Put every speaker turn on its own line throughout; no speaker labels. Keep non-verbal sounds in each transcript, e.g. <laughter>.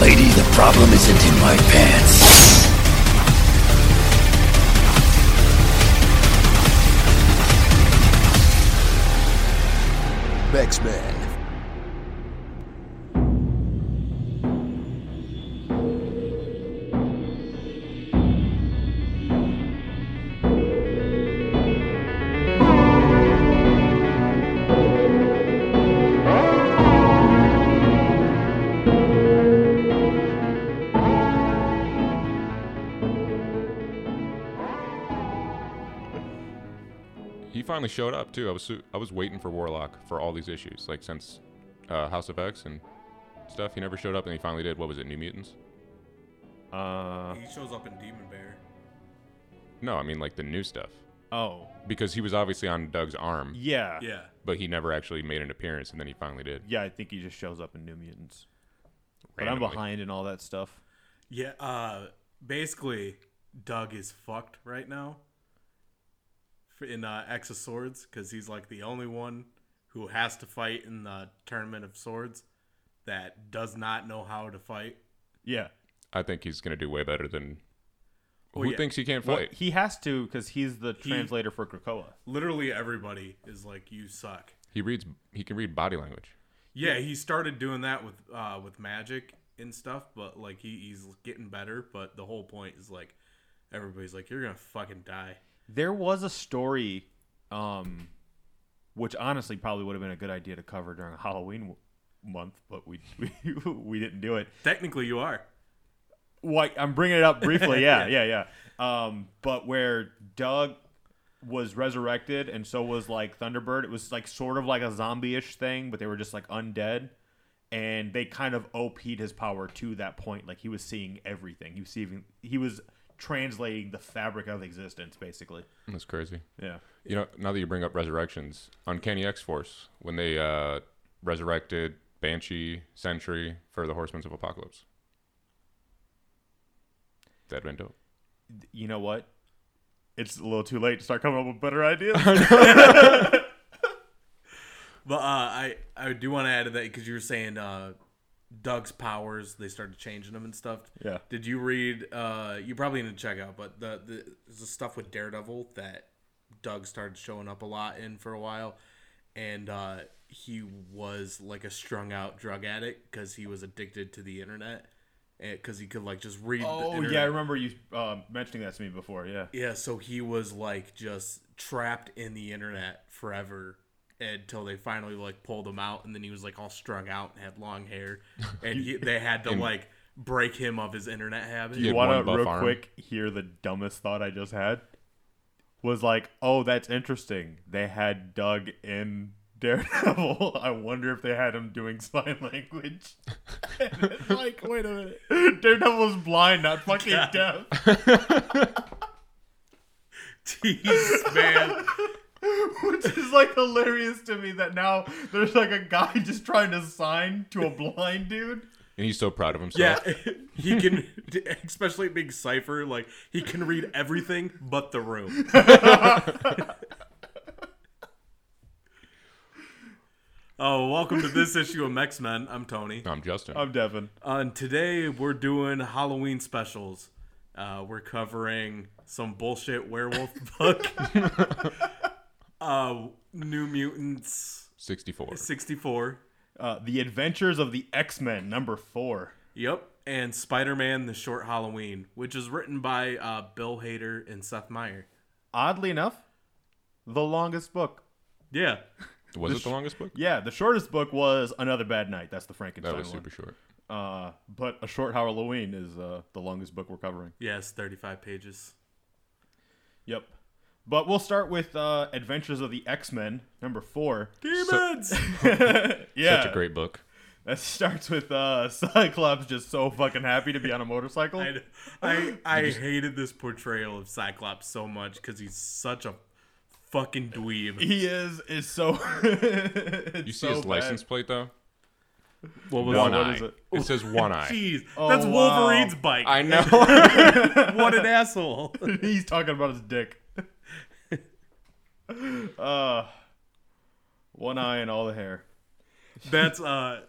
lady, the problem isn't in my pants. X Man.
He finally showed up too. I was su- I was waiting for Warlock for all these issues, like since uh, House of X and stuff. He never showed up, and he finally did. What was it, New Mutants?
Uh
He shows up in Demon Bear.
No, I mean like the new stuff,
oh.
because he was obviously on Doug's arm,
Yeah.
Yeah.
but he never actually made an appearance, and then he finally did.
Yeah, I think he just shows up in New Mutants. But
randomly.
I'm behind in all that stuff.
Yeah, uh basically Doug is fucked right now for- in uh X of Swords cuz he's like the only one who has to fight in the tournament of swords that does not know how to fight.
Yeah.
I think he's gonna do way better than.
Oh,
Who
yeah.
thinks he can't
Well,
fight?
he has to because he's the translator for Krakoa.
Literally everybody is like you suck.
He reads. He can read body language.
Yeah, he started doing that with uh with magic and stuff, but like he, he's getting better, but the whole point is like everybody's like you're going to fucking die.
There was a story, um, which honestly probably would have been a good idea to cover during <laughs> Halloween w- month, but we <laughs> we, we didn't do it.
Technically you are.
Why I'm bringing it up <laughs> briefly. Yeah, yeah, yeah. Um, but where Doug was resurrected, and so was like Thunderbird. It was like sort of like a zombie-ish thing, but they were just like undead, and they kind of OP'd his power to that point. Like he was seeing everything. He was seeing. He was translating the fabric of existence, basically.
That's crazy.
Yeah.
You know, now that you bring up resurrections, Uncanny X Force, when they uh, resurrected Banshee, Sentry for the Horsemen of Apocalypse. That'd been dope.
you know what? It's a little too late to start coming up with better <laughs> ideas.
But uh, I I do want to add to that because you were saying uh, Doug's powers they started changing them and stuff.
Yeah.
Did you read? Uh, you probably didn't check out, but the, the there's the stuff with Daredevil that Doug started showing up a lot in for a while, and uh, he was like a strung out drug addict because he was addicted to the internet, because he could like just read. the
oh
internet.
yeah, I remember you um mentioning that to me before. Yeah,
Yeah, so he was like just trapped in the internet forever until they finally like pulled him out, and then he was like all strung out and had long hair, and he, they had to like break him of his internet habit.
Yeah.
you
had
want
one
to
buff
real
arm.
quick hear the dumbest thought I just had? Was like, oh, that's interesting. They had Doug in <laughs> Daredevil. I wonder if they had him doing <laughs> sign language. <laughs> And it's like, wait a minute, Daredevil's blind, not fucking deaf.
<laughs>
<laughs>
Jeez, man.
Which is like hilarious to me that now there's like a guy <laughs> just trying to sign to a blind dude.
And he's so proud of
Yeah,
himself.
he can, especially it being Cipher, like he can read everything but the room. oh, welcome to this issue of Mex Men. I'm Tony.
I'm Justin.
I'm Devin.
Uh, and today we're doing Halloween specials. Uh, we're covering some bullshit werewolf <laughs> book. uh, New Mutants
64.
64.
Uh, the Adventures of the X Men, number four.
Yep. And Spider Man The Short Halloween, which is written by uh, Bill Hader and Seth Meyer.
Oddly enough, the longest book.
Yeah.
Was it the longest book?
Yeah, the shortest book was Another Bad Night. That's the Frankenstein
That was
one.
super short.
Uh, but A Short Halloween is uh, the longest book we're covering.
Yes, 35 pages. <laughs>
Yep. But we'll start with uh, Adventures of the X Men, number four. <laughs>
Demons!
yeah,
Such a great book.
that starts with uh, <laughs> Cyclops just so fucking happy to be on a motorcycle.
I, I, I hated this portrayal of Cyclops so much because he's such a fucking dweeb.
He is is so. <laughs>
You see his license plate, though?
What was
One
it?
eye.
What is it?
It says one eye.
Jeez, that's
Oh, wow.
Wolverine's bike.
I know.
<laughs>
what an asshole.
He's talking about
<laughs>
his dick. uh, one eye and all the hair.
That's uh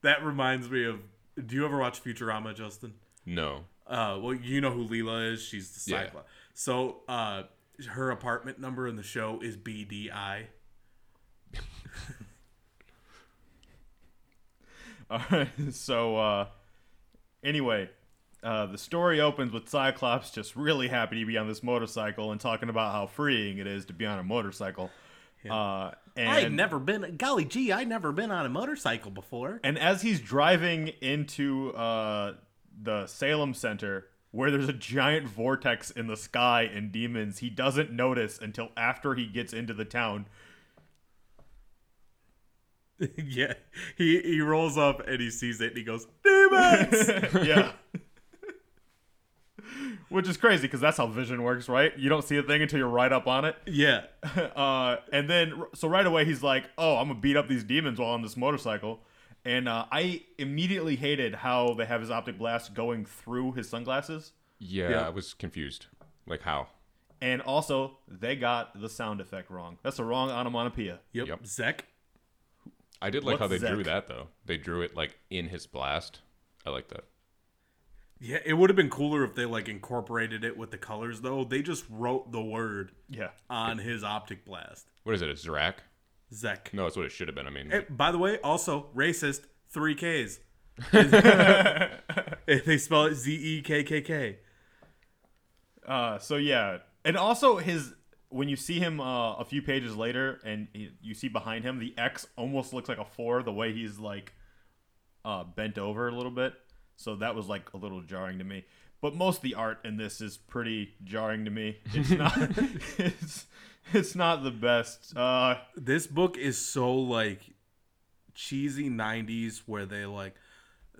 that reminds me of Do you ever watch Futurama, Justin?
No.
Uh, well, you know who Leela is. She's the
Yeah.
Cyclops. So, uh, her apartment number in the show is BDI.
All right. <laughs> So uh, anyway, uh, the story opens with Cyclops just really happy to be on this motorcycle and talking about how freeing it is to be on a motorcycle. Uh, and
I've never been. Golly gee, I've never been on a motorcycle before.
And as he's driving into uh, the Salem Center, where there's a giant vortex in the sky and demons, he doesn't notice until after he gets into the town.
<laughs> yeah, he he rolls up and he sees it and he goes, "Demons!"
yeah. <laughs> Which is crazy because that's how vision works, right? You don't see a thing until you're right up on it.
<laughs> yeah,
<laughs> Uh, and then, so right away, he's like, oh, I'm going to beat up these demons while on this motorcycle. And uh, I immediately hated how they have his optic blast going through his sunglasses.
Yeah,
Yeah.
I was confused. Like how?
And also, they got the sound effect wrong. That's the wrong onomatopoeia.
yep,
Yep.
Zek.
I did like how they
What's
drew that
Zek?
though. They drew it like in his blast. I like that.
Yeah, it would have been cooler if they like incorporated it with the colors though. They just wrote the word
<laughs> Yeah.
on his optic blast.
What is it? A Zrak?
Zek.
No, that's what it should have been. I mean,
Eh, by the way, also racist. Three Ks. they spell it Z E K K K.
Uh, so yeah, and also his when you see him uh, a few pages later, and he, you see behind him the X almost looks like a four the way he's like uh, bent over a little bit. So that was like a little jarring to me. But most of the art in this is pretty jarring to me.
<laughs>
It's not. <laughs> it's it's not the best. Uh,
This book is so like cheesy '90s, where they like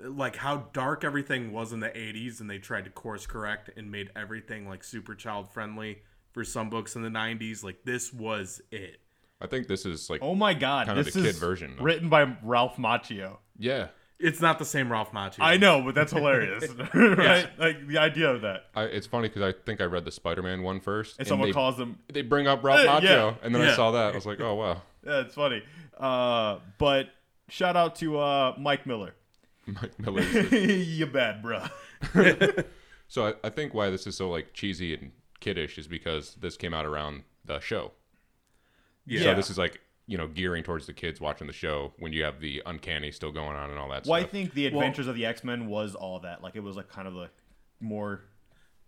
like how dark everything was in the '80s, and they tried to course correct and made everything like super child friendly. For some books in the '90s, like this was it.
I think this is like,
oh my god,
Kind of
this
the kid
is
version, though.
written by Ralph Macchio.
yeah.
It's not the same Ralph Macchio.
I know, but
<laughs>
that's hilarious, <laughs> right? Like the idea of that.
I, it's funny because I think I read the Spider-Man one first.
And
and
someone
they,
calls them.
They bring up Ralph
Yeah,
Macchio,
yeah,
and then
yeah.
I saw that. I was like, oh wow, <laughs>
Yeah, it's funny. Uh, but shout out to uh, Mike Miller. <laughs>
Mike Miller. is the-
you bad, bruh.
so I, I think why this is so like cheesy and kiddish is because this came out around the show.
Yeah.
So this is like you know gearing towards the kids watching the show when you have the uncanny still going on and all that
Well, I
stuff.
think the Adventures of the X Men was all that. Like it was like kind of the more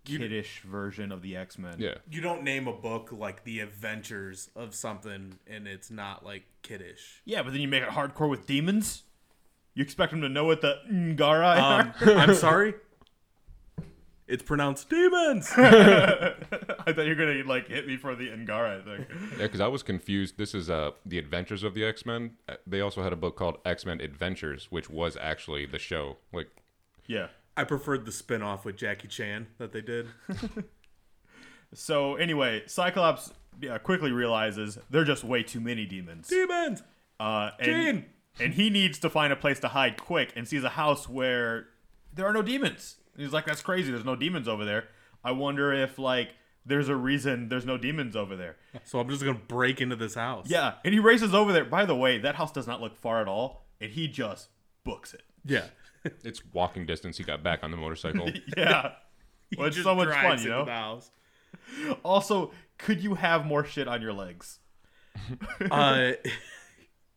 kiddish version of the X Men.
yeah.
you don't name a book like the adventures of something and it's not like kiddish
Yeah, but then you make it hardcore with demons. You expect them to know what the Ngara are? <laughs>
um, i'm sorry it's pronounced demons
I thought you were gonna like hit me for the Ngara thing.
Yeah, because I was confused. This is uh the Adventures of the X Men. They also had a book called X Men Adventures, which was actually the show. Like,
yeah.
i preferred the spin-off with jackie chan that they
<laughs>
did
So anyway, Cyclops yeah, quickly realizes they're just way too many demons.
demons
Uh, and,
Gene!
and he needs to find a place to hide quick and sees a house where there are no demons. And he's like, that's crazy. There's no demons over there. I wonder if, like, there's a reason there's no demons over there.
so i'm just gonna break into this house
Yeah. And he races over there. By the way, that house does not look far at all. And he just books
<laughs>
it.
yeah
it's walking distance. He got back on the motorcycle.
<laughs>
<laughs>
Yeah. <laughs> well, it's
Just
so much
drives
fun, you
into the
know? <laughs>
house.
Also, could you have more shit on your legs?
uh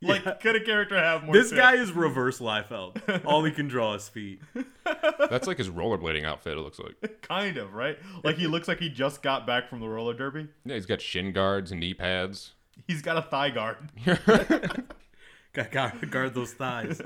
Like, could a character have more
this
shit?
guy is reverse Liefeld. all he can draw is feet <laughs>
That's like his rollerblading outfit. It looks like.
Kind of,
<laughs>
right? Like, he looks like he just got back from the roller derby.
Yeah, he's got shin guards and knee pads.
He's got a thigh guard.
gotta guard, guard those thighs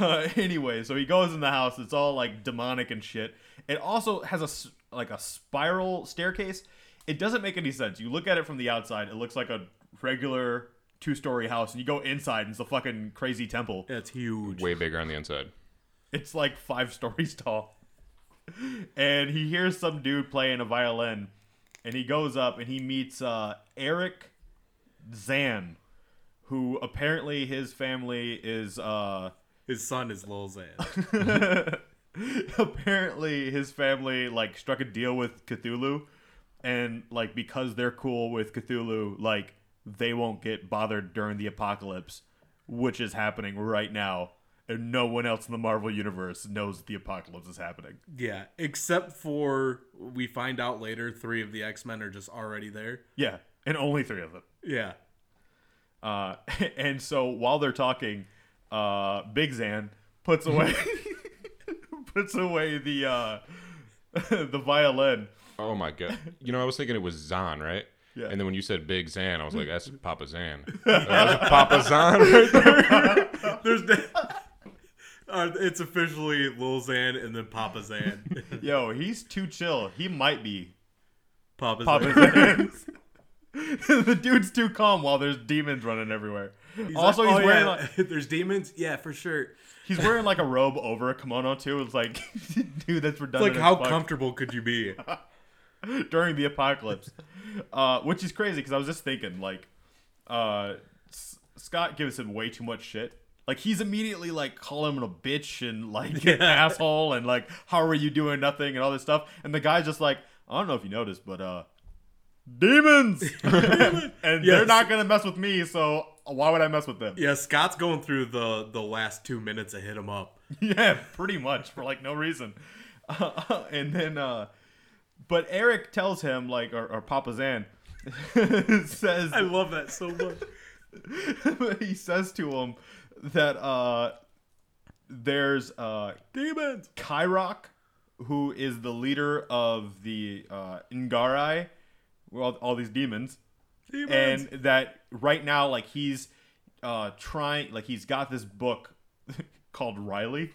Uh, <laughs> anyway, so he goes in the house. It's all like demonic and shit. It also has a s- like a spiral staircase. It doesn't make any sense. You look at it from the outside, it looks like a regular two-story house, and you go inside, and it's a fucking crazy temple.
that's huge
Way bigger on the inside.
It's like five <laughs> stories tall. And he hears some dude playing a violin, and he goes up and he meets uh, Eric Zan, who apparently his family is. Uh,
his son is lil xan
<laughs> apparently his family like struck a deal with Cthulhu and like because they're cool with Cthulhu like they won't get bothered during the apocalypse which is happening right now and no one else in the Marvel universe knows that the apocalypse is happening.
Yeah, except for we find out later three of the X Men are just already there.
Yeah, and only three of them.
Yeah.
Uh, <laughs> and so while they're talking, uh, Big Zan puts away <laughs> puts away the uh, <laughs> the violin.
Oh my god. You know, I was thinking it was Zan, right?
Yeah.
And then when you said Big Zan, I was like, that's Papa Zan.
<laughs>
That's Papa Zan right there.
There's. Uh, it's officially Lil Xan and then Papa Xan. <laughs>
Yo, he's too chill. He might be
Papa,
Papa
Xan.
Zan. <laughs> the dude's too calm while there's demons running everywhere.
<laughs> He's
also,
like,
he's
"Oh,
wearing
yeah,
like,
<laughs> there's demons. Yeah, for sure.
he's wearing like a robe over a kimono too. It's like, <laughs> dude, that's redundant.
Like, how
as fuck.
comfortable could you <laughs> be?
<laughs> during the apocalypse, uh, which is crazy because I was just thinking like, uh, S- Scott gives him way too much shit. Like he's immediately like calling him a bitch and like an asshole and like how are you doing nothing and all this stuff. And the guy's just like, I don't know if you noticed, but uh, demons, <laughs> and they're
Yes.
not gonna mess with me. So why would I mess with them?
Yeah, Scott's going through the the last two minutes of hit him up.
<laughs> yeah, pretty much for like no reason. <laughs> and then, uh, but Eric tells him like, or, or Papa Zan <laughs> says
I love that so <laughs>
<laughs>
much.
he says to him that uh, there's uh,
demons.
Kyrok, who is the leader of the uh, Ngarai, well, all these demons,
Demons.
and that right now, like he's uh, trying, like he's got this book <laughs> called Riley.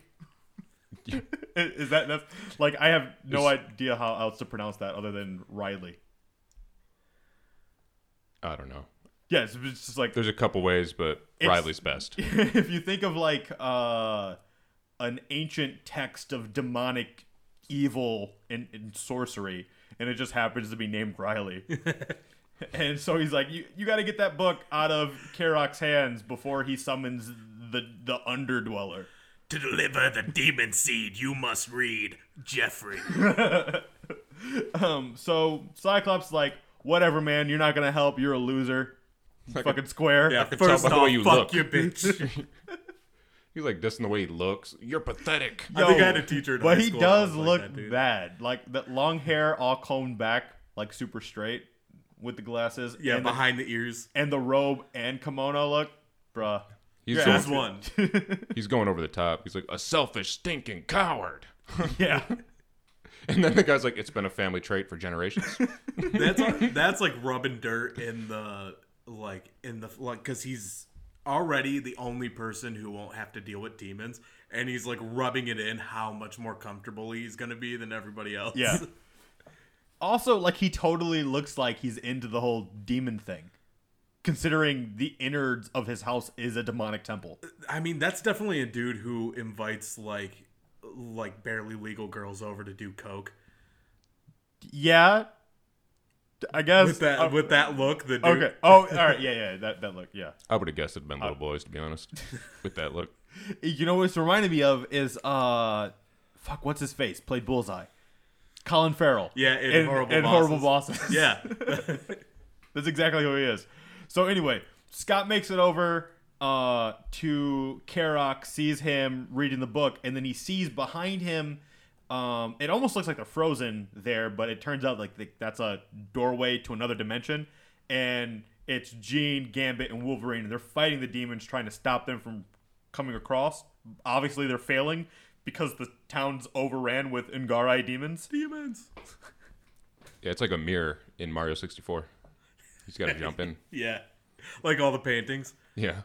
is that that's like I have no idea how else to pronounce that other than Riley.
I don't know.
Yes, it's just like
There's a couple ways, but
It's-
Riley's best.
<laughs> if you think of like uh, an ancient text of demonic evil and, and sorcery, and it just happens to be named Riley. and so he's like, you, you got to get that book out of Karok's hands before he summons the the underdweller.
to deliver the demon seed, you must read Jeffrey.
Um, so Cyclops is like, whatever, man, you're not gonna help. You're a loser. Fucking square.
Yeah,
can tell
first
by the way
off,
you
fuck
look.
you, bitch.
He's like dissing the way he looks. You're pathetic.
I think I had a teacher. In
But
high
he
school that
does
was
look
like that, dude.
bad. Like that long hair all combed back, like super straight with the glasses.
<laughs> Yeah,
and
behind the ears.
The, and the robe and kimono look, bruh.
He's,
Yeah.
There's
going,
one.
he's going over the top. He's like, a selfish, stinking coward. <laughs>
Yeah.
And then the guy's like, it's been a family trait for generations.
<laughs>
That's that's like rubbing dirt in the like in the like because he's already the only person who won't have to deal with demons, and he's like rubbing it in how much more comfortable he's gonna be than everybody else.
Yeah. <laughs> also, like he totally looks like he's into the whole demon thing. Considering the innards of his house is a demonic temple.
<laughs> I mean that's definitely a dude who invites like like barely legal girls over to do coke.
Yeah. I guess
with that
uh,
with that look. The dude,
Okay. Oh, all right. Yeah, yeah. That that look. Yeah.
I would have guessed it'd been little boys, to be honest, with that look.
<laughs> You know what it's reminded me of is uh, fuck, what's his face? Played Bullseye, Colin Farrell.
Yeah, in Horrible
in
Bosses.
horrible bosses.
<laughs> yeah,
that's exactly who he is. So anyway, Scott makes it over uh to Karok, sees him reading the book, and then he sees behind him. Um, it almost looks like they're frozen there, but it turns out like th- that's a doorway to another dimension, and it's Jean, Gambit, and Wolverine, and they're fighting the demons, trying to stop them from coming across. Obviously, they're failing because the town's overran with Ungarai demons.
demons.
Yeah, it's like a mirror in Mario 64. He's got to jump in.
Yeah, like all the paintings.
Yeah.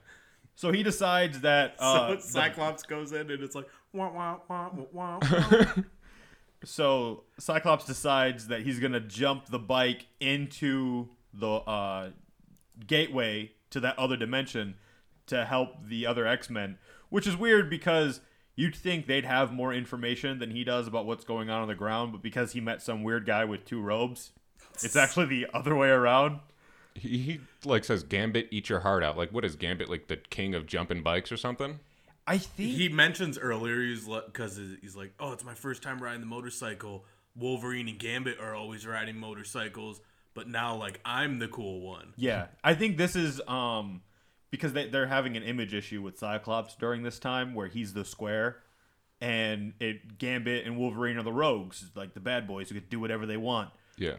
So he decides that uh,
<laughs> so Cyclops goes in and it's like wah wah wah wah. wah.
so Cyclops decides that he's gonna jump the bike into the uh, gateway to that other dimension to help the other X Men, which is weird because you'd think they'd have more information than he does about what's going on on the ground, but because he met some weird guy with two robes, it's actually the other way around.
He, he like says, Gambit, eat your heart out. Like, what is Gambit? Like the king of jumping bikes or something?
I think
he mentions earlier he's like because he's like oh it's my first time riding the motorcycle. Wolverine and Gambit are always riding motorcycles, but now like I'm the cool one.
Yeah, I think this is um because they, they're having an image issue with Cyclops during this time where he's the square and it Gambit and Wolverine are the rogues, like the bad boys who could do whatever they want.
Yeah.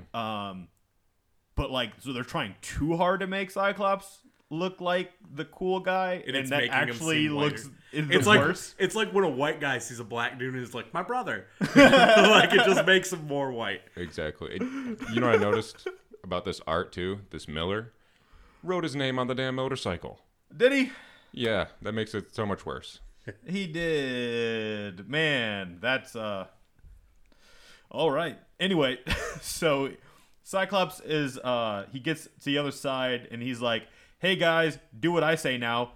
But like so they're trying too hard to make Cyclops look like the cool guy and,
it's
that
making him
actually
seem whiter.
looks is
it's
the
like
worst.
it's like when a white guy sees a black dude and is like my brother
<laughs>
<laughs> like it just makes him more white
Exactly. It- you know what I noticed about this art too? This Miller wrote his name on the damn motorcycle.
Did he?
Yeah, that makes it so much worse.
He did. Man, that's uh All right. Anyway, <laughs> so Cyclops is uh he gets to the other side and he's like, "Hey guys, do what I say now.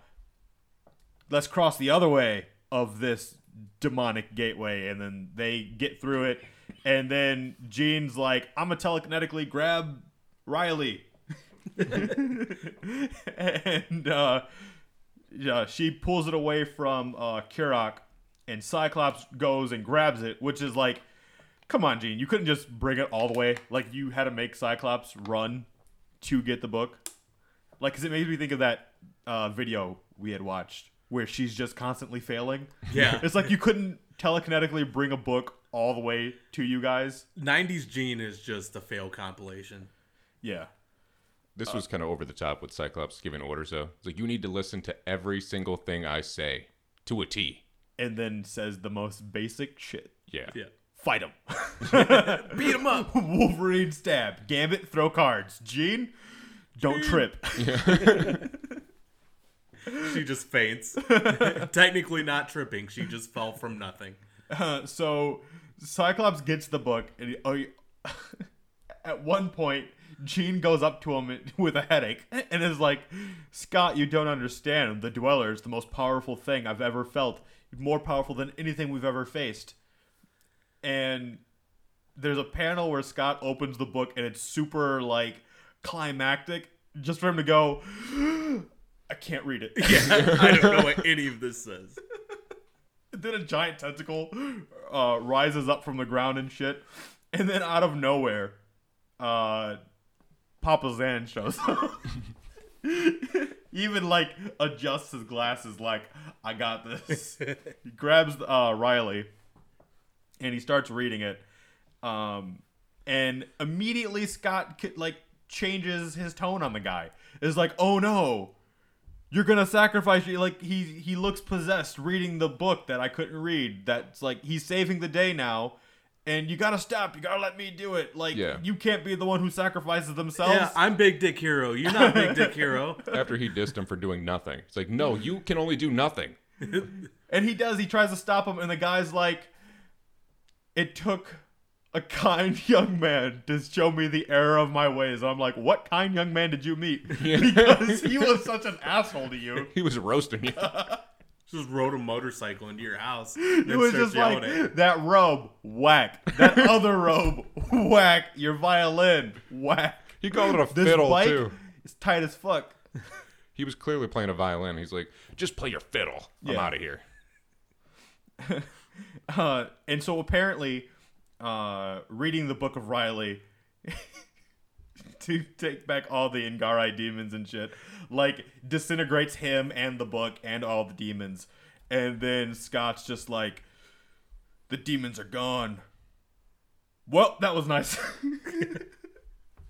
Let's cross the other way of this demonic gateway." And then they get through it and then Jean's like, "I'm going to telekinetically grab Riley." <laughs> and uh yeah, she pulls it away from uh, Kirok, and Cyclops goes and grabs it, which is like, come on, Gene, you couldn't just bring it all the way. Like you had to make Cyclops run to get the book. Like, cause it made me think of that uh, video we had watched where she's just constantly failing.
Yeah. <laughs>
it's like you couldn't telekinetically bring a book all the way to you guys.
90s gene is just a fail compilation
Yeah.
This was kind of over the top with Cyclops giving orders though. It's like you need to listen to every single thing I say to a T.
And then says the most basic shit.
Yeah.
yeah
Fight him.
beat him up
<laughs> Wolverine stab. Gambit throw cards. Gene, don't trip.
she just faints <laughs> technically not tripping she just fell from nothing
Uh, so Cyclops gets the book, and he, oh, <laughs> he- at one point, Jean goes up to him <laughs> with a headache and is like, "Scott, you don't understand. The Dweller is the most powerful thing I've ever felt. More powerful than anything we've ever faced." And there's a panel where Scott opens the book, and it's super like climactic, just for him to go. <gasps> I can't read it. <laughs>
yeah <laughs> i don't know what any of this says
then a giant tentacle uh, rises up from the ground and shit, and then out of nowhere, uh, Papa Zan shows up. <laughs> Even like adjusts his glasses, like I got this. he grabs uh, Riley, and he starts reading it, um, and immediately Scott ki- like changes his tone on the guy. Is like, oh no, you're gonna sacrifice you like he he looks possessed reading the book that i couldn't read that's like he's saving the day now and you gotta stop you gotta let me do it like
Yeah.
you can't be the one who sacrifices themselves
yeah i'm big dick hero you're not big dick hero
<laughs> After he dissed him for doing nothing. It's like, no, you can only do nothing.
and he does he tries to stop him and the guy's like it took a kind <laughs> young man to show me the error of my ways i'm like what kind young man did you
<laughs>
meet <laughs> because he was such an asshole to you
He was roasting
<laughs>
you.
just rode a motorcycle into your house and
It was
starts
just
yelling
like
at you.
<laughs> that robe, whack.
<laughs>
That other robe, whack. Your violin, whack.
He called it a
This
fiddle
bike
too.
is tight as fuck.
He was clearly playing a violin. He's like, just play your fiddle. I'm
Yeah.
out of here.
Uh, and so apparently, uh, reading the book of Riley <laughs> to take back all the Engarai demons and shit, like disintegrates him and the book and all the demons. And then Scott's just like, the demons are gone. Well, that was nice. <laughs>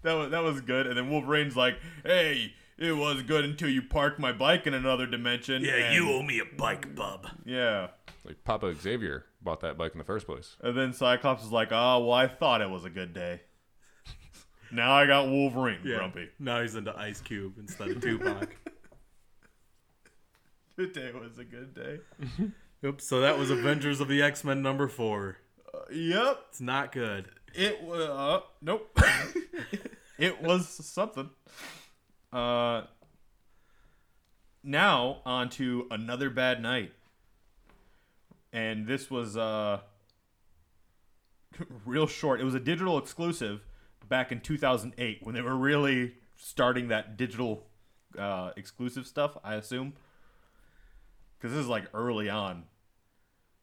that was that was good. And then Wolverine's like, hey. It was good until you parked my bike in another dimension. and-
owe me a bike, bub.
Yeah.
Like Papa Xavier bought that bike in the first place.
And then Cyclops is like, oh, well, I thought it was a good day. <laughs> now I got Wolverine, grumpy. <laughs>
Now he's into Ice Cube instead of Tupac.
Today was a good day.
Oops. So that was Avengers of the X Men number four.
Yep.
It's not good.
It was. Uh, nope. <laughs> it was something. Uh, now, on to Another Bad Night. And this was uh, <laughs> real short. It was a digital exclusive back in 2008 when they were really starting that digital uh, exclusive stuff, I assume. Because this is like early on.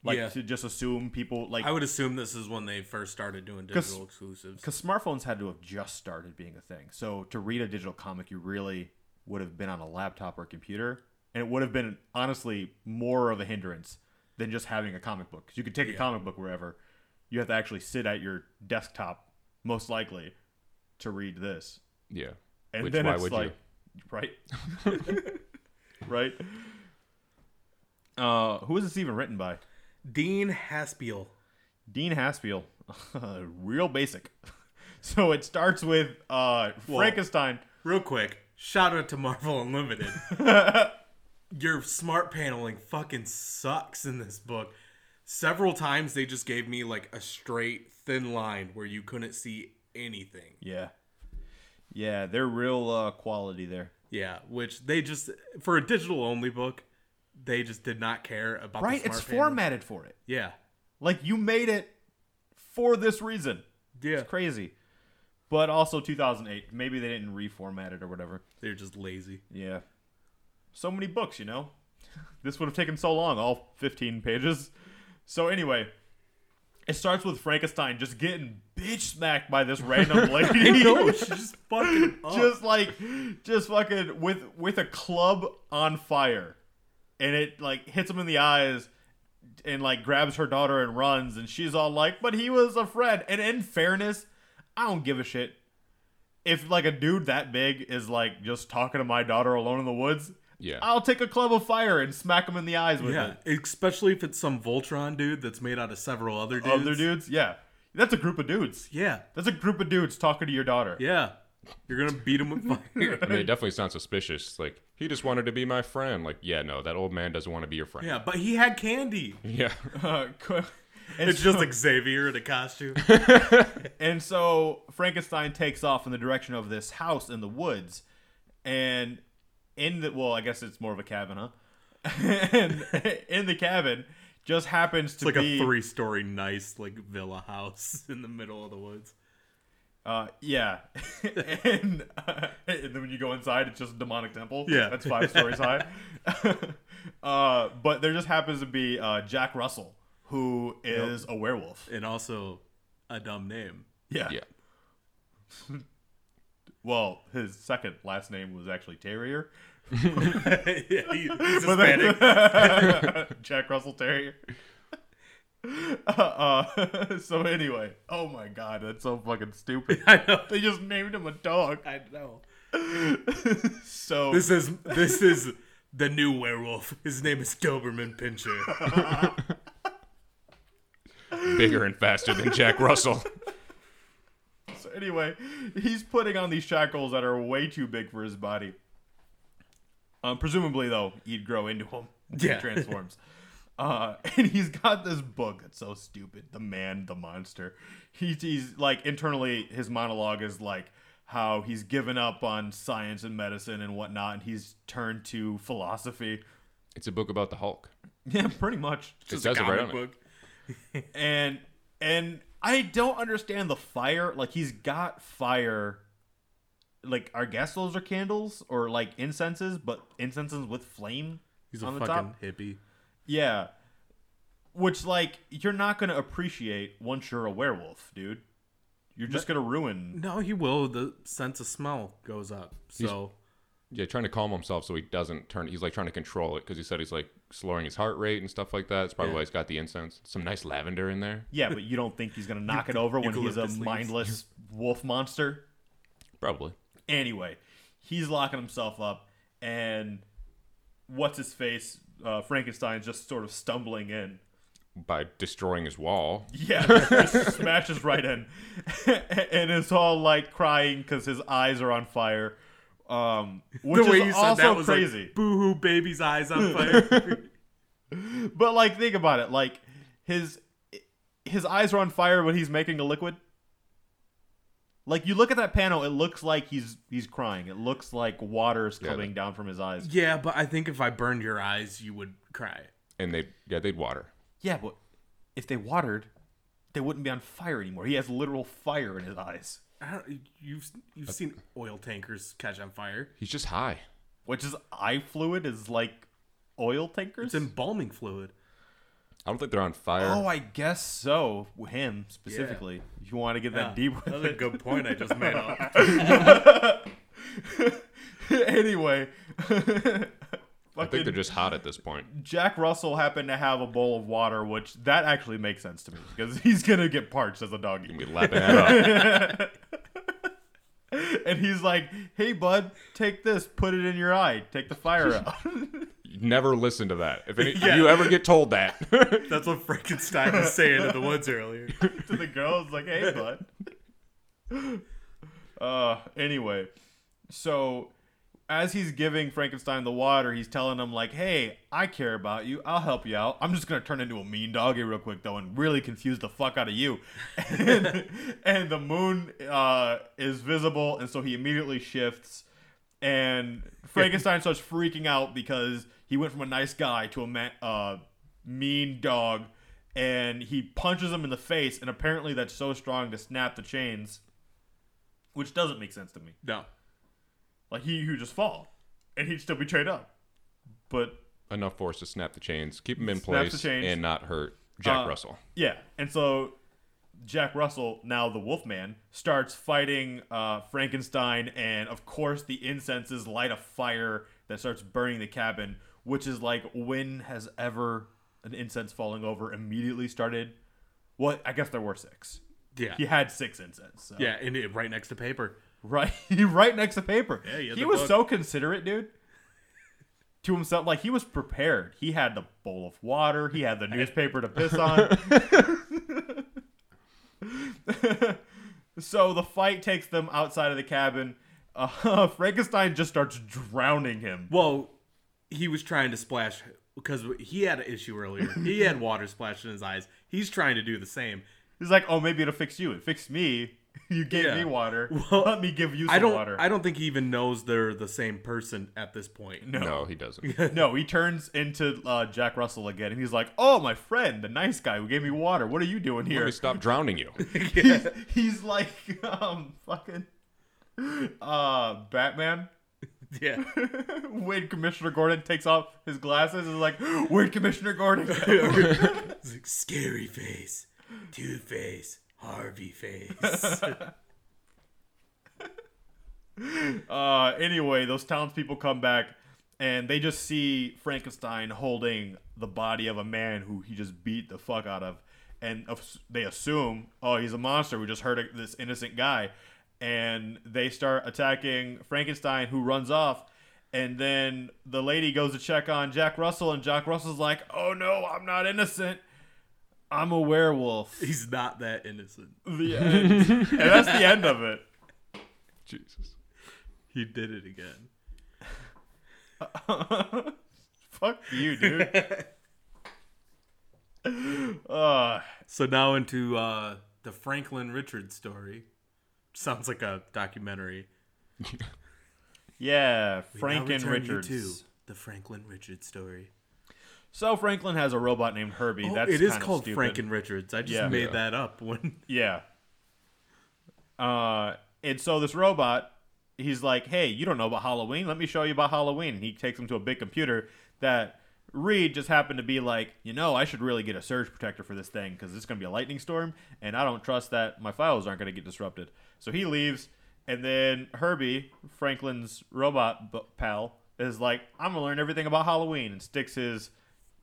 Like
Yeah.
to just assume people like
I would assume this is when they first started doing
<laughs>
digital exclusives.
because smartphones had to have just started being a thing. So to read a digital comic, you really would have been on a laptop or computer, and it would have been honestly more of a hindrance than just having a comic book. 'Cause you could take a comic book wherever. You have to actually sit at your desktop, most likely, to read this.
Yeah.
And
Which
then
why
it's
would
like,
you?
right,
<laughs>
<laughs> right. Uh, who is this even written by?
Dean Haspiel.
Dean Haspiel, <laughs> real basic. <laughs> So it starts with uh, Frankenstein.
Real quick, shout out to
<laughs>
Marvel Unlimited. Your smart paneling fucking sucks in this book. Several times they just gave me like a straight thin line where you couldn't see anything.
Yeah, yeah, they're real uh, quality there.
Yeah, which they just for a digital only book, they just did not care about
Right,
The smart
it's
paneling.
formatted for it.
Yeah,
Like you made it for this reason.
yeah,
It's crazy. But also 2008. Maybe they didn't reformat it or whatever.
they're just lazy.
Yeah. So many books, you know? this would have taken so long, all 15 pages. So, anyway, it starts with Frankenstein just getting bitch smacked by this random lady. <laughs>
No, she's just
<coughs>
fucking up.
just like, just fucking with with a club on fire, and it like hits him in the eyes, and like grabs her daughter and runs, and she's all like, "But he was a friend." And in fairness, I don't give a shit if like a dude that big is like just talking to my daughter alone in the woods.
Yeah.
I'll take a club of fire and smack him in the eyes with
yeah,
it.
especially if it's some Voltron dude that's made out of several other dudes.
Other dudes, yeah, that's a group of dudes.
Yeah,
That's a group of dudes talking to your daughter. <laughs>
yeah. You're gonna beat him with fire.
I mean, it definitely sounds suspicious. Like he just wanted to be my friend. Like, yeah, no, that old man doesn't want to be your friend.
yeah, but he had candy.
Yeah. <laughs>
Uh, co- and
It's just like Xavier in a costume.
And so Frankenstein takes off in the direction of this house in the woods, and in the well, I guess it's more of a cabin, huh? <laughs> and in the cabin, just happens to
It's like
be
a three-story nice like villa house <laughs> in the middle of the woods.
Uh, yeah, <laughs> and, uh, and then when you go inside, it's just a demonic temple.
Yeah.
that's five stories high. <laughs> uh, but there just happens to be uh, Jack Russell, who is a werewolf.
And also a dumb name. <laughs>
Yeah.
Yeah.
<laughs> Well, his second last name was actually Terrier.
yeah, he- he's
But then- <laughs>
Hispanic.
Jack Russell Terrier. <laughs> Uh, uh, <laughs> so anyway, oh my god, that's so fucking stupid.
I know.
They just named him a dog.
I know.
So
This is this is the new werewolf. His name is Doberman Pinscher.
Bigger and faster than Jack Russell. <laughs>
So anyway, he's putting on these shackles that are way too big for his body. Um, presumably, though, he'd grow into him. when
Yeah.
He transforms. Uh, and he's got this book that's so stupid. The man, the monster. He's, he's like internally, his monologue is like how he's given up on science and medicine and whatnot, and he's turned to philosophy. <laughs>
It's a book about the Hulk.
Yeah, pretty much.
Just
says it right on it.
book.
and and I don't understand the fire. Like he's got fire. Like I guess those are candles or like incenses, but incenses with flame
He's a
on the
fucking
top.
hippie.
Yeah, which like you're not gonna appreciate once you're a werewolf, dude. You're just gonna ruin.
No, he will. The sense of smell goes up. So
Yeah, trying to calm himself so he doesn't turn. He's like trying to control it because he said he's like slowing his heart rate and stuff like that. It's probably why he's got the incense. Some nice lavender in there.
Yeah, but you don't think he's
<laughs>
gonna knock it over when he's a
eucalyptus leaves.
mindless wolf monster.
Probably.
Anyway, he's locking himself up, and what's his face? Uh, Frankenstein's just sort of stumbling in.
By destroying his wall.
<laughs> Yeah,
<laughs>
just smashes right in, <laughs> and it's all like crying because his eyes are on fire. Um, which is also crazy.
like, "Boo-hoo, baby's eyes
<laughs>
on fire."
but like, think about it. Like his his eyes are on fire when he's making a liquid. Like you look at that panel, it looks like he's he's crying. It looks like water is
Yeah,
coming down from his eyes.
yeah, but I think if I burned your eyes, you would cry.
And they, yeah, they'd water.
Yeah, but if they watered, they wouldn't be on fire anymore. He has literal fire in his eyes,
I don't, you've you've seen oil tankers catch on fire.
He's just high.
which is eye fluid is like oil tankers.
It's embalming fluid.
I don't think they're on fire.
Oh, I guess so. Him specifically. If <laughs> you want to get that deep with
Another
it.
good point I just made up.
<laughs> anyway, <laughs>
I think they're
fucking
just hot at this point.
Jack Russell happened to have a bowl of water, which that actually makes sense to me because <laughs> he's gonna get parched as a doggy.
We lapping that up.
<laughs> And he's like, "Hey, bud, take this, put it in your eye, take
<laughs>
the fire out."
Never listen to that. If, any, if you ever get told that, <laughs>
That's what Frankenstein was saying in the
<laughs>
woods earlier.
to the girls like hey bud <laughs> uh anyway so as he's giving frankenstein the water he's telling him like hey i care about you i'll help you out i'm just gonna turn into a mean doggy real quick though and really confuse the fuck out of you <laughs> and, and the moon uh is visible and so he immediately shifts and Frankenstein starts freaking out because he went from a nice guy to a ma- uh, mean dog, and he punches him in the face, and apparently that's so strong to snap the chains, which doesn't make sense to me.
No.
Like he would just fall, and he'd still be chained up, but
enough force to snap the chains, keep them in
Snap the
place,
chains.
and not hurt Jack
Uh,
Russell.
Yeah, and so Jack Russell, now the Wolfman, starts fighting uh, Frankenstein, and of course the incenses light a fire that starts burning the cabin, which is like when has ever an incense falling over immediately started? Well, I guess there were six.
Yeah.
He
Yeah,
had six incense. So.
and it, right next to paper.
Right, <laughs> right next to paper.
Yeah, he had
he
the
was
book.
so considerate, dude. To himself, like he was prepared. He had the bowl of water. He had the newspaper to piss on. <laughs> so the fight takes them outside of the cabin. Uh, <laughs> Frankenstein just starts drowning him.
Well, he was trying to splash because he had an issue
<laughs>
earlier. He had water splashed in his eyes. He's trying to do the same.
He's like, "Oh, maybe it'll fix you. It fixed me. <laughs> You gave
Yeah.
me water.
Well,
Let me give you some
I don't.
water."
I don't think he even knows they're the same person at this point. <laughs>
No, he doesn't.
No, he turns into uh, Jack Russell again, and he's like, "Oh, my friend, the nice guy who gave me water. What are you doing
Let
here?"
me stop drowning you.
<laughs> he's, he's like um fucking uh Batman. <laughs>
Yeah.
When Commissioner Gordon takes off his glasses and is like, "Where'd Commissioner Gordon go?"
It's like, Scary face, two face, Harvey face.
<laughs> Uh, anyway, those townspeople come back and they just see Frankenstein holding the body of a man who he just beat the fuck out of. And of- they assume, oh, he's a monster. We just hurt a- this innocent guy. And they start attacking Frankenstein, who runs off. And then the lady goes to check on Jack Russell, and Jack Russell's like, oh no, I'm not innocent. I'm a werewolf.
He's not that innocent.
The end. and that's the end of it.
Jesus.
He did it again.
<laughs> Fuck you,
<laughs>
dude. uh,
So now into uh, the Franklin Richards story. Sounds like a documentary.
yeah,
We now
Franklin
return you
Richards.
to the Franklin Richards story.
So Franklin has a robot named Herbie.
Oh,
That's
it is
kinda
called
stupid.
Franklin Richards. I just
Yeah.
made
Yeah.
that up when
<laughs> Yeah. Uh, and so this robot, he's like, "Hey, you don't know about Halloween? Let me show you about Halloween." And he takes him to a big computer that Reed just happened to be like, "You know, I should really get a surge protector for this thing because it's going to be a lightning storm, and I don't trust that my files aren't going to get disrupted." So he leaves, and then Herbie, Franklin's robot b- pal, is like, "I'm gonna learn everything about Halloween," and sticks his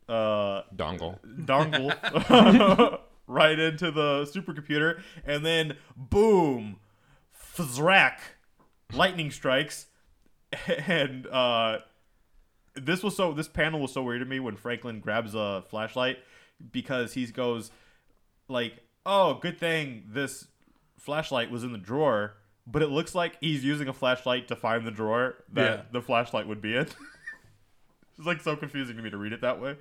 uh
Dongle.
dongle <laughs> right into the supercomputer, and then boom, fzrack, lightning strikes, <laughs> and uh, this was so this panel was so weird to me when Franklin grabs a flashlight because he goes like, "Oh, good thing this flashlight was in the drawer." But it looks like he's using a flashlight to find the drawer that
Yeah.
the flashlight would be in. <laughs> it's like so confusing to me to read it that way.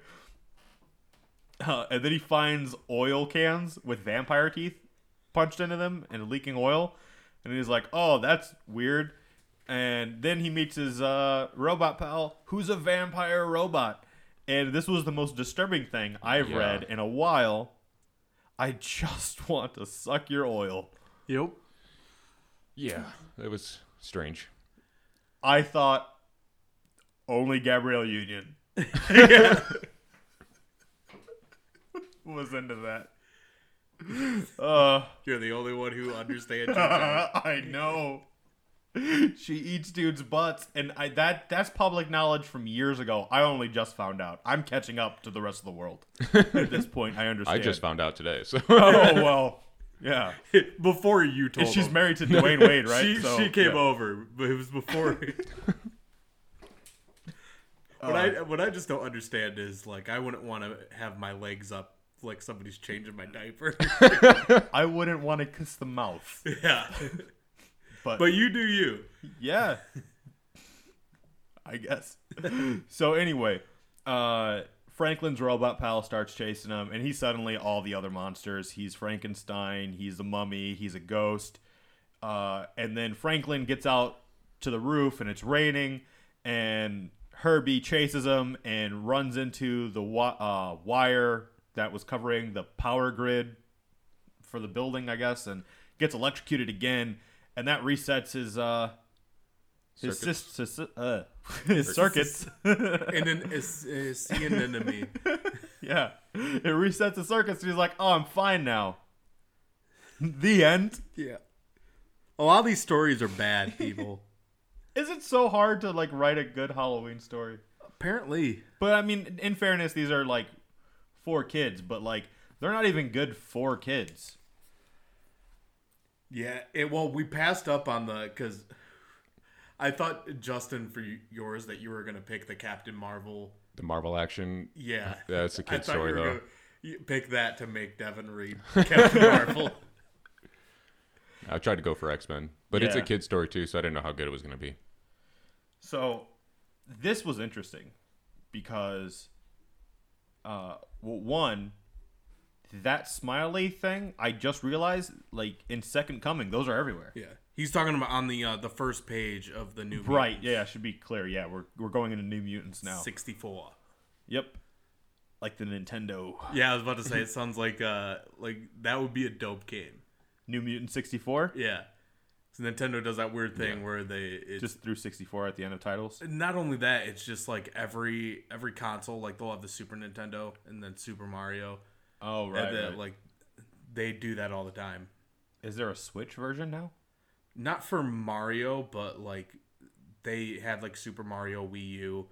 Uh, and then he finds oil cans with vampire teeth punched into them and leaking oil. And he's like, oh, that's weird. And then he meets his uh, robot pal, who's a vampire robot. And this was the most disturbing thing I've
Yeah.
read in a while. I just <laughs> want to suck your oil.
Yep.
Yeah, it was strange.
I thought only Gabrielle Union <laughs> was into that. Uh, <laughs>
<laughs> You're the only one who understands.
I know. she eats dudes' butts, and I that that's public knowledge from years ago. I only just found out. I'm catching up to the rest of the world at <laughs> this point. I
I
understand.
just found out today. So
Oh well, yeah.
before you told.
<laughs> She's
him.
married to Dwayne Wade, <laughs> right?
She,
So,
she
yeah.
came over, but it was before.
<laughs>
what I
Uh,
what I just don't understand is like I wouldn't want to have my legs up like somebody's changing my diaper.
I wouldn't want to kiss the mouth,
<laughs> yeah,
but,
but you do you.
yeah, I guess. so anyway, uh, Franklin's robot pal starts chasing him, and he's suddenly all the other monsters. He's Frankenstein. He's a mummy. He's a ghost. Uh, and then Franklin gets out to the roof, and it's raining, and Herbie chases him and runs into the wi- uh, wire that was covering the power grid for the building, I guess, and gets electrocuted again, and that resets his uh his
Circuits.
sis- sis- uh, his circuits. <laughs>
And then is is see an enemy.
yeah, it resets the circuits. And he's like, "Oh, I'm fine now." the end.
Yeah, a lot of these stories are bad, people.
Is it so hard to like write a good Halloween story?
Apparently,
But I mean, in fairness, these are like for kids, but like they're not even good for kids.
Yeah, it, well, we passed up on the because I thought Justin for y- yours that you were gonna pick the Captain Marvel.
the Marvel action. <laughs>
Yeah,
That's a
I
kid
thought you
story
were
though.
gonna y- pick that to make
<laughs>
Devin read Captain Marvel.
I tried to go for X Men, but it's a
Yeah.
kid story too, so I didn't know how good it was gonna be.
So this was interesting because uh well, one that smiley thing I just realized like in second coming those are everywhere.
Yeah, he's talking about on the uh, the first page of the new
Right, yeah, I should be clear. Yeah, we're we're going into New Mutants now.
sixty four.
Yep. Like the Nintendo
Yeah, I was about
<laughs>
to say it sounds like uh like that would be a dope game.
New Mutant 64
Yeah, so Nintendo does that weird thing where they it's,
just through 64 at the end of titles.
not only that, it's just like every every console, like they'll have the Super Nintendo and then Super Mario.
Oh
and then, Like they do that all the time.
Is there a Switch version now?
Not for Mario, but like they had like Super Mario Wii U,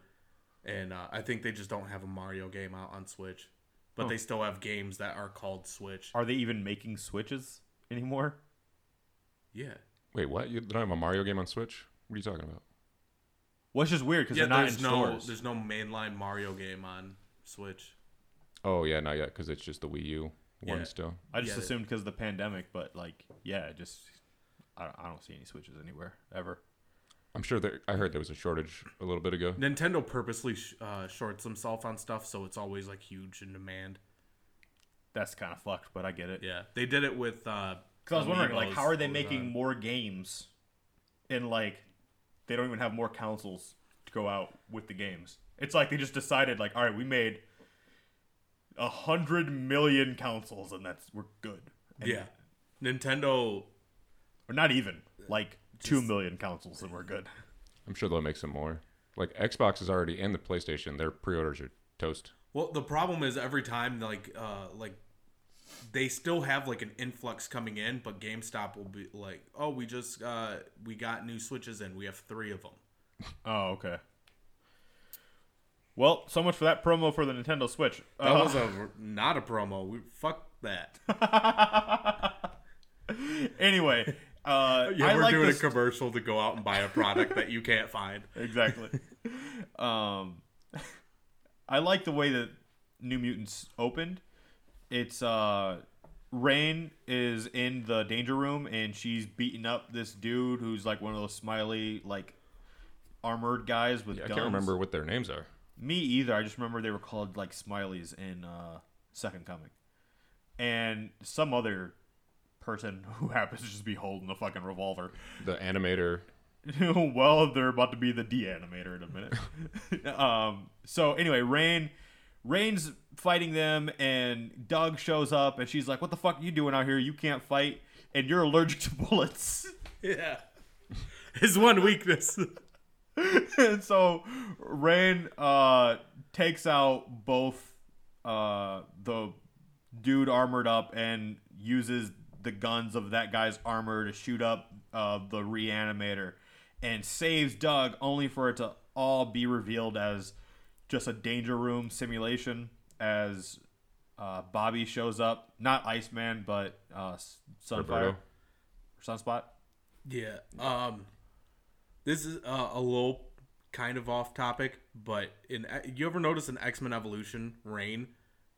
and uh, I think they just don't have a Mario game out on Switch, but they still have games that are called Switch.
Are they even making Switches anymore?
yeah.
Wait, what? You don't have a Mario game on Switch? What are you talking about?
Which is weird because
Yeah,
they're not
there's
in
no
stores.
there's no mainline Mario game on Switch.
Oh yeah, not yet, because it's just the Wii U one
Yeah.
still.
I just
Yeah, they-
assumed because of the pandemic, but like, yeah, it just I don't, I don't see any switches anywhere ever.
I'm sure there. I heard there was a shortage a little bit ago.
Nintendo purposely sh- uh, shorts himself on stuff, so it's always like huge in demand.
That's kind of fucked, but I get it.
Yeah, they did it with. uh, Because
Because I was wondering, like, how are
Oh,
they making more games, and like, they don't even have more consoles to go out with the games. It's like they just decided, like, all right, we made a hundred million consoles, and that's we're good. And-
Yeah, Nintendo.
or not even like two million consoles, and we're good.
I'm sure they'll make some more. Like Xbox is already in the PlayStation. Their pre-orders are toast.
Well, the problem is every time, like, uh, like they still have like an influx coming in, but GameStop will be like, "Oh, we just uh, we got new Switches in. We have three of them."
Oh, okay. Well, so much for that promo for the Nintendo Switch.
That
Uh,
was a not a promo. We fuck that.
Uh, <laughs> anyway, uh,
<laughs> Yeah,
I
we're
like
doing
this
a commercial to go out and buy a product that you can't find.
<laughs>
exactly. um, I like the way that New Mutants opened. It's uh, Rain is in the danger room and she's beating up this dude who's like one of those smiley like armored guys with
Yeah, I
guns.
can't remember what their names are.
Me either. I just remember they were called like Smileys in uh, Second Coming, and some other person <laughs> who happens to just be holding a fucking revolver.
The animator.
<laughs> well, they're about to be the de-animator in a minute. um, so anyway, Rain, Rain's fighting them, and Doug shows up, and she's like, "What the fuck are you doing out here? You can't fight, and you're allergic to bullets."
<laughs>
<laughs>
Yeah, his one weakness.
<laughs> and so Rain uh, takes out both uh, the dude armored up and uses the guns of that guy's armor to shoot up uh, the reanimator. and saves Doug, only for it to all be revealed as just a danger room simulation. As uh, Bobby shows up, not Iceman, but uh, S- Sunfire,
Roberto.
Sunspot.
Yeah. Um, this is uh, a little kind of off topic, but in uh, you ever notice in X Men Evolution, Rain,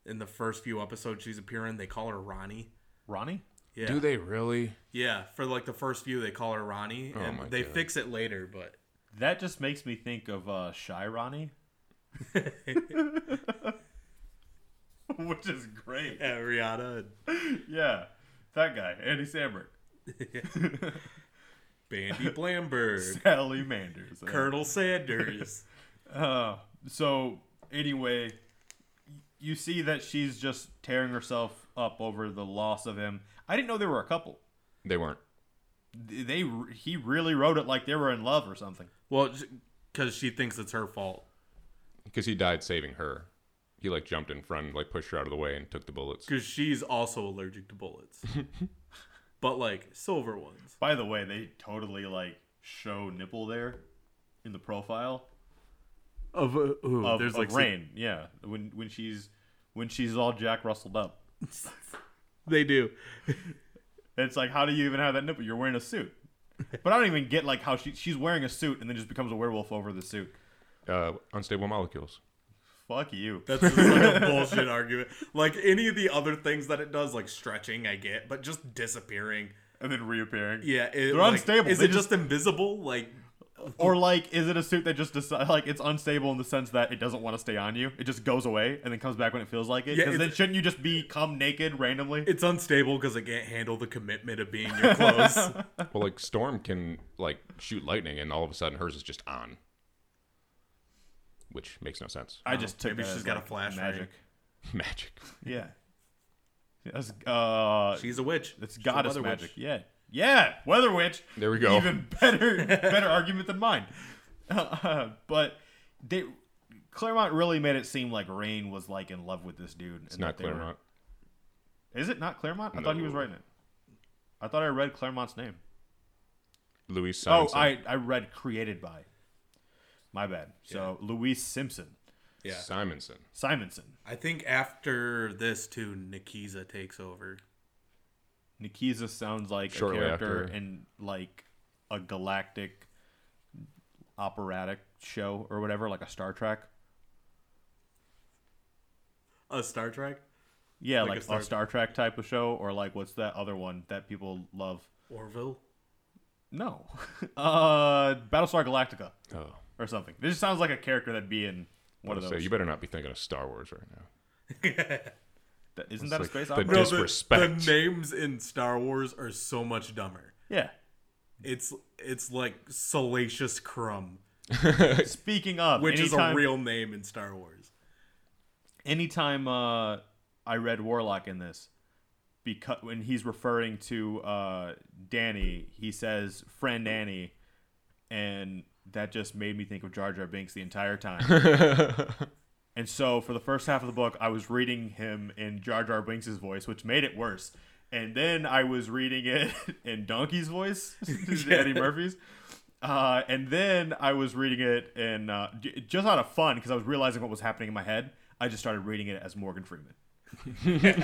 in the first few episodes she's appearing, they call her Ronnie.
Ronnie.
Yeah.
Do they really?
Yeah. For like the first few, they call her Ronnie, and
my
they
God.
fix it later. But
That just makes me think of uh, Shy Ronnie, <laughs> which is great.
yeah, Rihanna,
Yeah, that guy, Andy Samberg,
<laughs> Bandy Blamberg,
Sally Manders, uh,
Colonel Sanders.
Uh, so anyway, y- you see that she's just tearing herself up over the loss of him. I didn't know they were a couple.
They weren't.
Th- They r- he really wrote it like they were in love or something.
Well, because she thinks it's her fault.
Because he died saving her. He like jumped in front, and, like pushed her out of the way, and took the bullets.
Because she's also allergic to <laughs> bullets. but like silver ones.
By the way, they totally like show nipple there in the profile
Of, uh, ooh,
of,
there's
of
like some-
rain. Yeah, when when she's when she's all Jack rustled up.
They do.
It's like how do you even have that nipple? You're wearing a suit. But I don't even get like how she she's wearing a suit and then just becomes a werewolf over the suit.
Uh, unstable molecules.
Fuck you.
That's just
<laughs>
like a bullshit argument. Like any of the other things that it does, like stretching, I get, but just disappearing.
and then reappearing.
Yeah, it,
They're
like,
unstable.
Is
They
it just invisible? Like,
Or like, is it a suit that just decide, like it's unstable in the sense that it doesn't want to stay on you? It just goes away and then comes back when it feels like it.
Yeah,
Because
it's-
then shouldn't you just become naked randomly?
it's unstable because it can't handle the commitment of being
<laughs>
your clothes.
Well, like Storm can like shoot lightning, and all of a sudden hers is just on, which makes no sense. <laughs>
I just took.
Oh, Maybe
that
she's
as,
got a
like,
flash
magic.
Magic.
Yeah. That's uh,
She's a witch.
it's
She's a
goddess
weather witch.
magic. Yeah, yeah, weather witch.
There we go. <laughs>
Even better, better argument than mine. <laughs> but they Claremont really made it seem like Rain was like in love with this dude.
It's not Claremont.
Is it not Claremont? I thought he was
No.
writing it. I thought I read Claremont's name.
Louis
Oh,
Simonson.
I, I read created by. My bad. So Louise Simpson,
Yeah,
Simonson.
Simonson,
I think after this too, Nikiza takes over.
Nikiza sounds like
Shortly
a character
after.
in like a galactic operatic show or whatever, like a Star Trek.
A Uh, Star Trek
Yeah,
Like
like,
a
a,
Star-
Star- Trek type of show, or like what's that other one that people love?
Orville.
No, <laughs> uh, Battlestar Galactica
Oh,
or something. This just sounds like a character that'd be in
I
one
was
of those.
gonna say, you better not be thinking of Star Wars right now.
That- Isn't that
like
a space
the
opera?
No, the- Disrespect.
The, names in Star Wars are so much dumber.
yeah.
It's it's like Salacious Crumb,
Speaking of,
which
anytime,
is a real name in Star Wars.
anytime uh, I read Warlock in this, because when he's referring to uh, Danny, he says "friend Danny," and that just made me think of Jar Jar Binks the entire time. and so, for the first half of the book, I was reading him in Jar Jar Binks' voice, which made it worse. And then I was reading it <laughs> in Donkey's voice, <laughs> Eddie Murphy's. Uh, and then I was reading it, and uh, j- just out of fun, because I was realizing what was happening in my head, I just started reading it as Morgan Freeman.
I was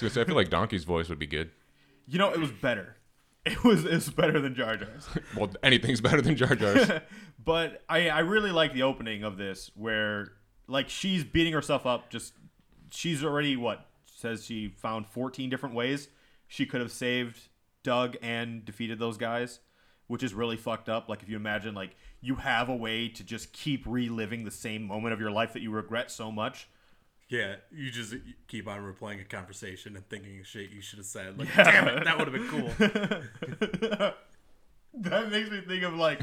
gonna say, I feel like Donkey's voice would be good.
You know, it was better. It was it was better than Jar Jar's.
Well, anything's better than Jar
<laughs>
Jar's.
but I I really like the opening of this where like she's beating herself up. Just she's already what says she found fourteen different ways she could have saved Doug and defeated those guys, which is really fucked up. Like if you imagine like you have a way to just keep reliving the same moment of your life that you regret so much. <laughs>
Yeah, you just keep on replaying a conversation and thinking of shit you should have said. Like, damn it, that would have been cool. <laughs>
That makes me think of like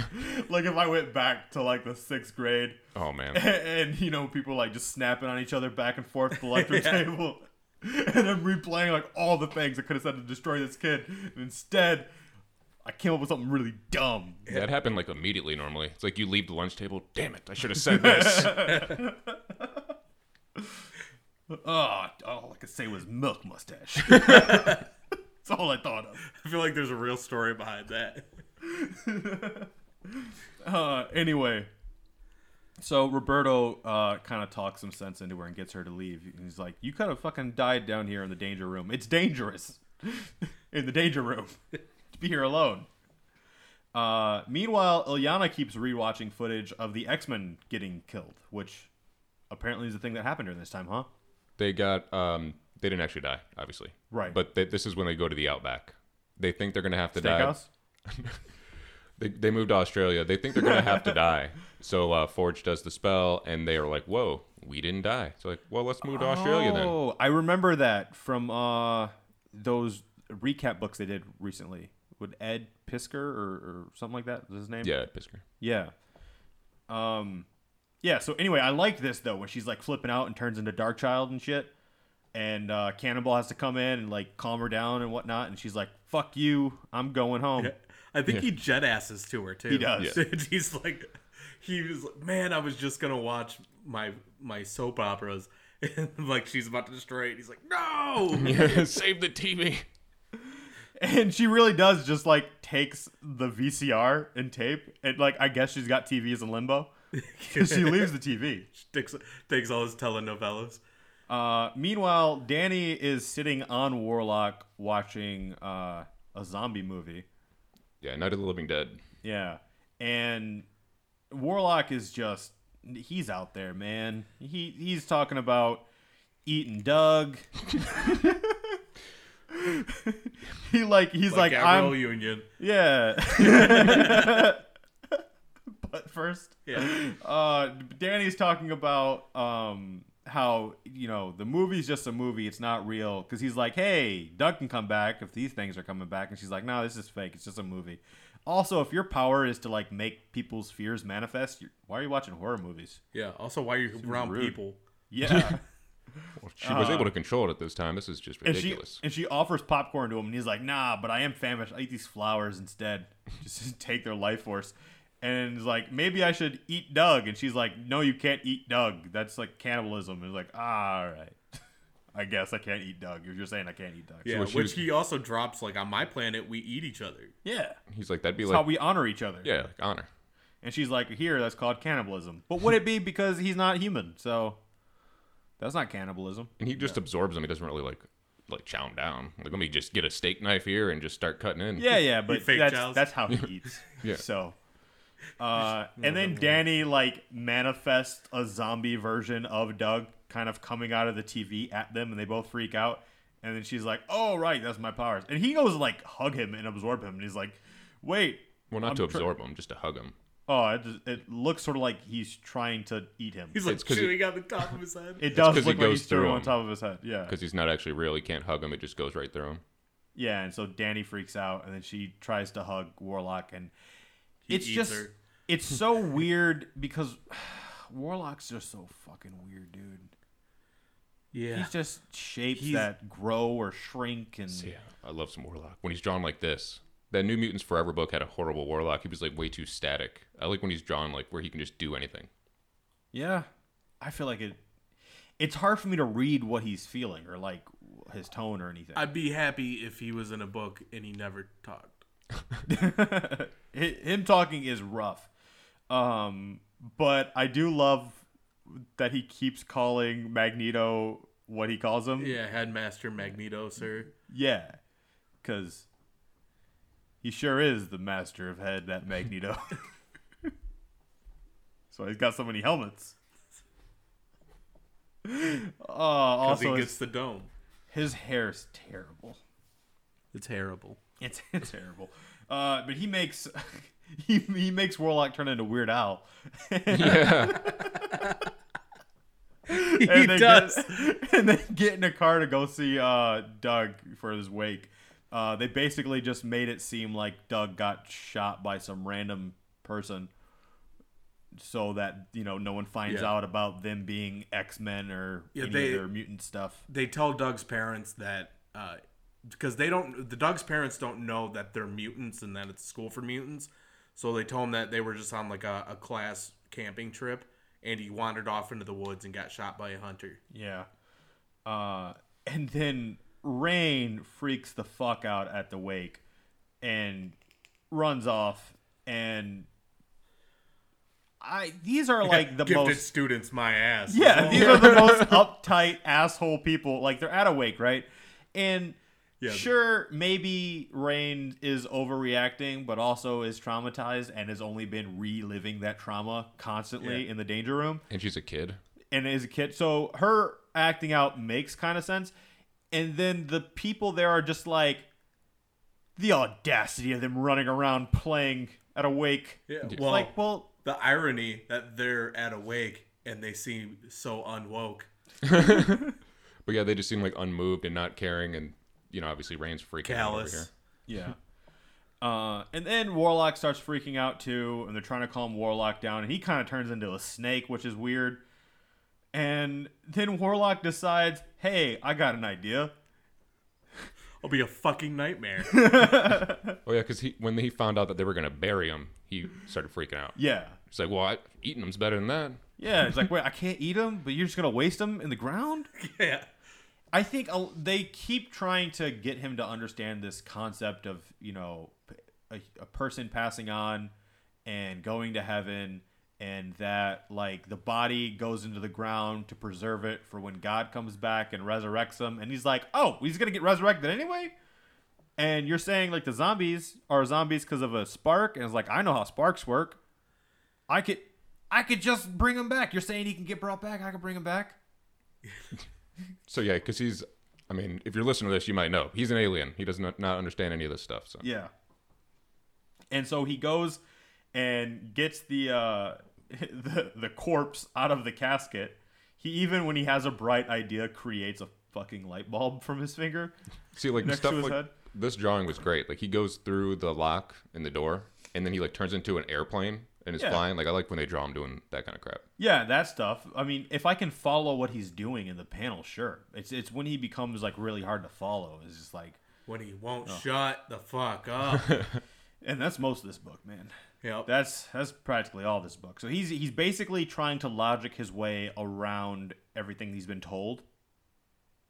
like if I went back to like the sixth grade
Oh man,
<laughs> and you know people like just snapping on each other back and forth at the lecture table <laughs> and i'm replaying like all the things i could have said to destroy this kid and instead i came up with something really dumb
that happened like immediately. Normally, it's like you leave the lunch table. Damn it, I should have said
<laughs>
this.
oh all i could say was milk mustache <laughs> that's all i thought of
I feel like there's a real story behind that.
Uh, anyway, so Roberto uh, kind of talks some sense into her and gets her to leave. And He's like, "You could have fucking died down here in the danger room. It's dangerous <laughs> in the danger room <laughs> to be here alone." Uh, meanwhile, Ilyana keeps rewatching footage of the X Men getting killed, which apparently is the thing that happened during this time, huh?
They got um they didn't actually die, obviously.
Right.
But they, this is when they go to the outback. They think they're gonna have to die.
Steakhouse.
They, they moved to Australia. They think they're gonna have to die. So uh, Forge does the spell, and they are like, "Whoa, we didn't die." So like, well, let's move to Australia then.
Oh, I remember that from uh, those recap books they did recently with Ed Pisker or, or something like that. Is his name?
Yeah, Pisker.
Yeah. Um, yeah. So anyway, I like this though when she's like flipping out and turns into Dark Child and shit, and uh, Cannonball has to come in and like calm her down and whatnot, and she's like, "Fuck you, I'm going home."
I think he jet asses to her too.
He does.
<laughs> He's like, he was like, man, I was just gonna watch my my soap operas, <laughs> and like she's about to destroy it. He's like, no.
Save the TV.
<laughs> And she really does just like takes the VCR and tape, and like I guess she's got TVs in limbo. 'Cause <laughs> she leaves
<laughs>
the TV.
takes takes all his telenovelas.
Uh, meanwhile, Danny is sitting on Warlock watching uh, a zombie movie.
Yeah, Night of the Living Dead.
Yeah. And Warlock is just he's out there, man. He he's talking about eating Doug. <laughs> he like he's like,
Gabriel
I'm
Union.
yeah. <laughs> but first
Yeah.
uh, Danny's talking about um, how you know the movie's just a movie; it's not real. Because he's like, "Hey, Doug can come back if these things are coming back," and she's like, "No, this is fake. It's just a movie." Also, if your power is to like make people's fears manifest, you why are you watching horror movies?
Yeah. Also, why are you around
rude.
people?
Yeah,
Well, she was able to control it at this time. This is just
Uh. and she
ridiculous.
and she offers popcorn to him, and he's like, "Nah, but I am famished. I eat these flowers instead. <laughs> Just take their life force." And he's like, "Maybe I should eat Doug." And she's like, "No, you can't eat Doug. That's like cannibalism." And he's like, "Ah, "All right, <laughs> I guess I can't eat Doug. If you're saying I can't eat Doug,
Yeah.
what she
which
was-
he also drops like on my planet, we eat each other.
yeah,
He's like, that'd be
that's how
like,
we honor each other."
yeah, like honor.
And she's like, "Here, that's called cannibalism." But would it be because he's not human? So that's not cannibalism.
And he just absorbs them. He doesn't really like, like chow 'em down. Like, let me just get a steak knife here and just start cutting in.
Yeah, yeah, but
fake
that's
chows.
that's how he eats.
<laughs> Yeah.
So, uh, and then Danny like manifests a zombie version of Doug, kind of coming out of the TV at them, and they both freak out. And then she's like, "Oh right, that's my powers." And he goes like hug him and absorb him, and he's like, "Wait,
Well, not
I'm
to
tr-
absorb them, just to hug them.
oh, it, just- it looks sort of like he's trying to eat him.
He's like
'cause he-
chewing on the top of his head.
it does
'cause
look
he
like
goes
he's through
through
on
him.
top of his head. Yeah,
Because he's not actually real. He can't hug him. It just goes right through him.
yeah. And so Danny freaks out, and then she tries to hug Warlock, and it's
eats
just
her.
it's so
<laughs>
weird because <sighs> Warlock's just so fucking weird, dude.
yeah.
He's just shapes
He's-
that grow or shrink, and
Yeah, I love some Warlock. When he's drawn like this, that New Mutants Forever book had a horrible Warlock. He was like way too static. I like when he's drawn like where he can just do anything.
yeah, I feel like it. It's hard for me to read what he's feeling or like his tone or anything.
I'd be happy if he was in a book and he never talked.
<laughs> Hi- him talking is rough. Um, but I do love that he keeps calling Magneto what he calls him.
Yeah, Headmaster Magneto, sir.
Yeah. Cause he sure is the master of head, that Magneto. <laughs> so he's got so many helmets. <laughs> Oh,
Because
also
he
his,
gets the dome.
his hair's terrible.
It's <laughs> terrible.
It's <laughs> terrible. Uh, but he makes <laughs> he, he makes Warlock turn into Weird Al. <laughs>
<laughs> He
and they
does.
Get, <laughs> and they get in a car to go see uh, Doug for his wake. Uh, they basically just made it seem like Doug got shot by some random person, so that you know no one finds
Yeah.
out about them being X Men or
Yeah,
any
they-
of their mutant stuff.
They tell Doug's parents that uh, because they don't. The Doug's parents don't know that they're mutants and that it's a school for mutants. So they told him that they were just on like a, a class camping trip, and he wandered off into the woods and got shot by a hunter.
Yeah. Uh, and then Rain freaks the fuck out at the wake and runs off and I these are like the
Gifted
most
students, my ass.
yeah
Oh,
these are the most uptight asshole people. Like they're at a wake, right? And
Yeah.
sure, maybe Rain is overreacting, but also is traumatized and has only been reliving that trauma constantly
Yeah.
in the danger room.
<laughs> And she's a kid.
and is a kid. So her acting out makes kind of sense. And then the people there are just like the audacity of them running around playing at a wake.
Yeah,
It's
well-
like, well,
the irony that they're at a wake and they seem so unwoke.
But yeah, they just seem like unmoved and not caring. And, you know, obviously Rain's freaking out over here.
Callous.
yeah. Uh, and then Warlock starts freaking out too, and they're trying to calm Warlock down, and he kind of turns into a snake, which is weird. And then Warlock decides, "Hey, I got an idea."
I'll be a fucking
<laughs>
nightmare.
Oh, yeah, because he, when he found out that they were going to bury him, he started freaking out.
Yeah,
He's like, well, I, eating him's better than that.
yeah. It's like, wait, I can't eat them, but you're just gonna waste them in the ground.
yeah.
I think a- they keep trying to get him to understand this concept of you know p- a, a person passing on and going to heaven, and that like the body goes into the ground to preserve it for when God comes back and resurrects him. And he's like, oh, he's gonna get resurrected anyway. And you're saying like the zombies are zombies because of a spark, and it's like I know how sparks work. I could, I could just bring him back. You're saying he can get brought back. I could bring him back.
So yeah, because he's, I mean, if you're listening to this, you might know he's an alien. He does not, not understand any of this stuff. So
Yeah. And so he goes and gets the uh, <laughs> the the corpse out of the casket. He even when he has a bright idea creates a fucking light bulb from his finger.
see, like
Next
stuff
to his
like
head.
this drawing was great. Like he goes through the lock in the door, and then he like turns into an airplane and is
Yeah.
flying. Like I like when they draw him doing that kind of crap.
Yeah, that stuff. I mean, if I can follow what he's doing in the panel, sure. It's it's when he becomes like really hard to follow. It's just like
When he won't
Oh.
shut the fuck up.
<laughs> and that's most of this book, man.
yep.
That's that's practically all this book. So he's he's basically trying to logic his way around everything he's been told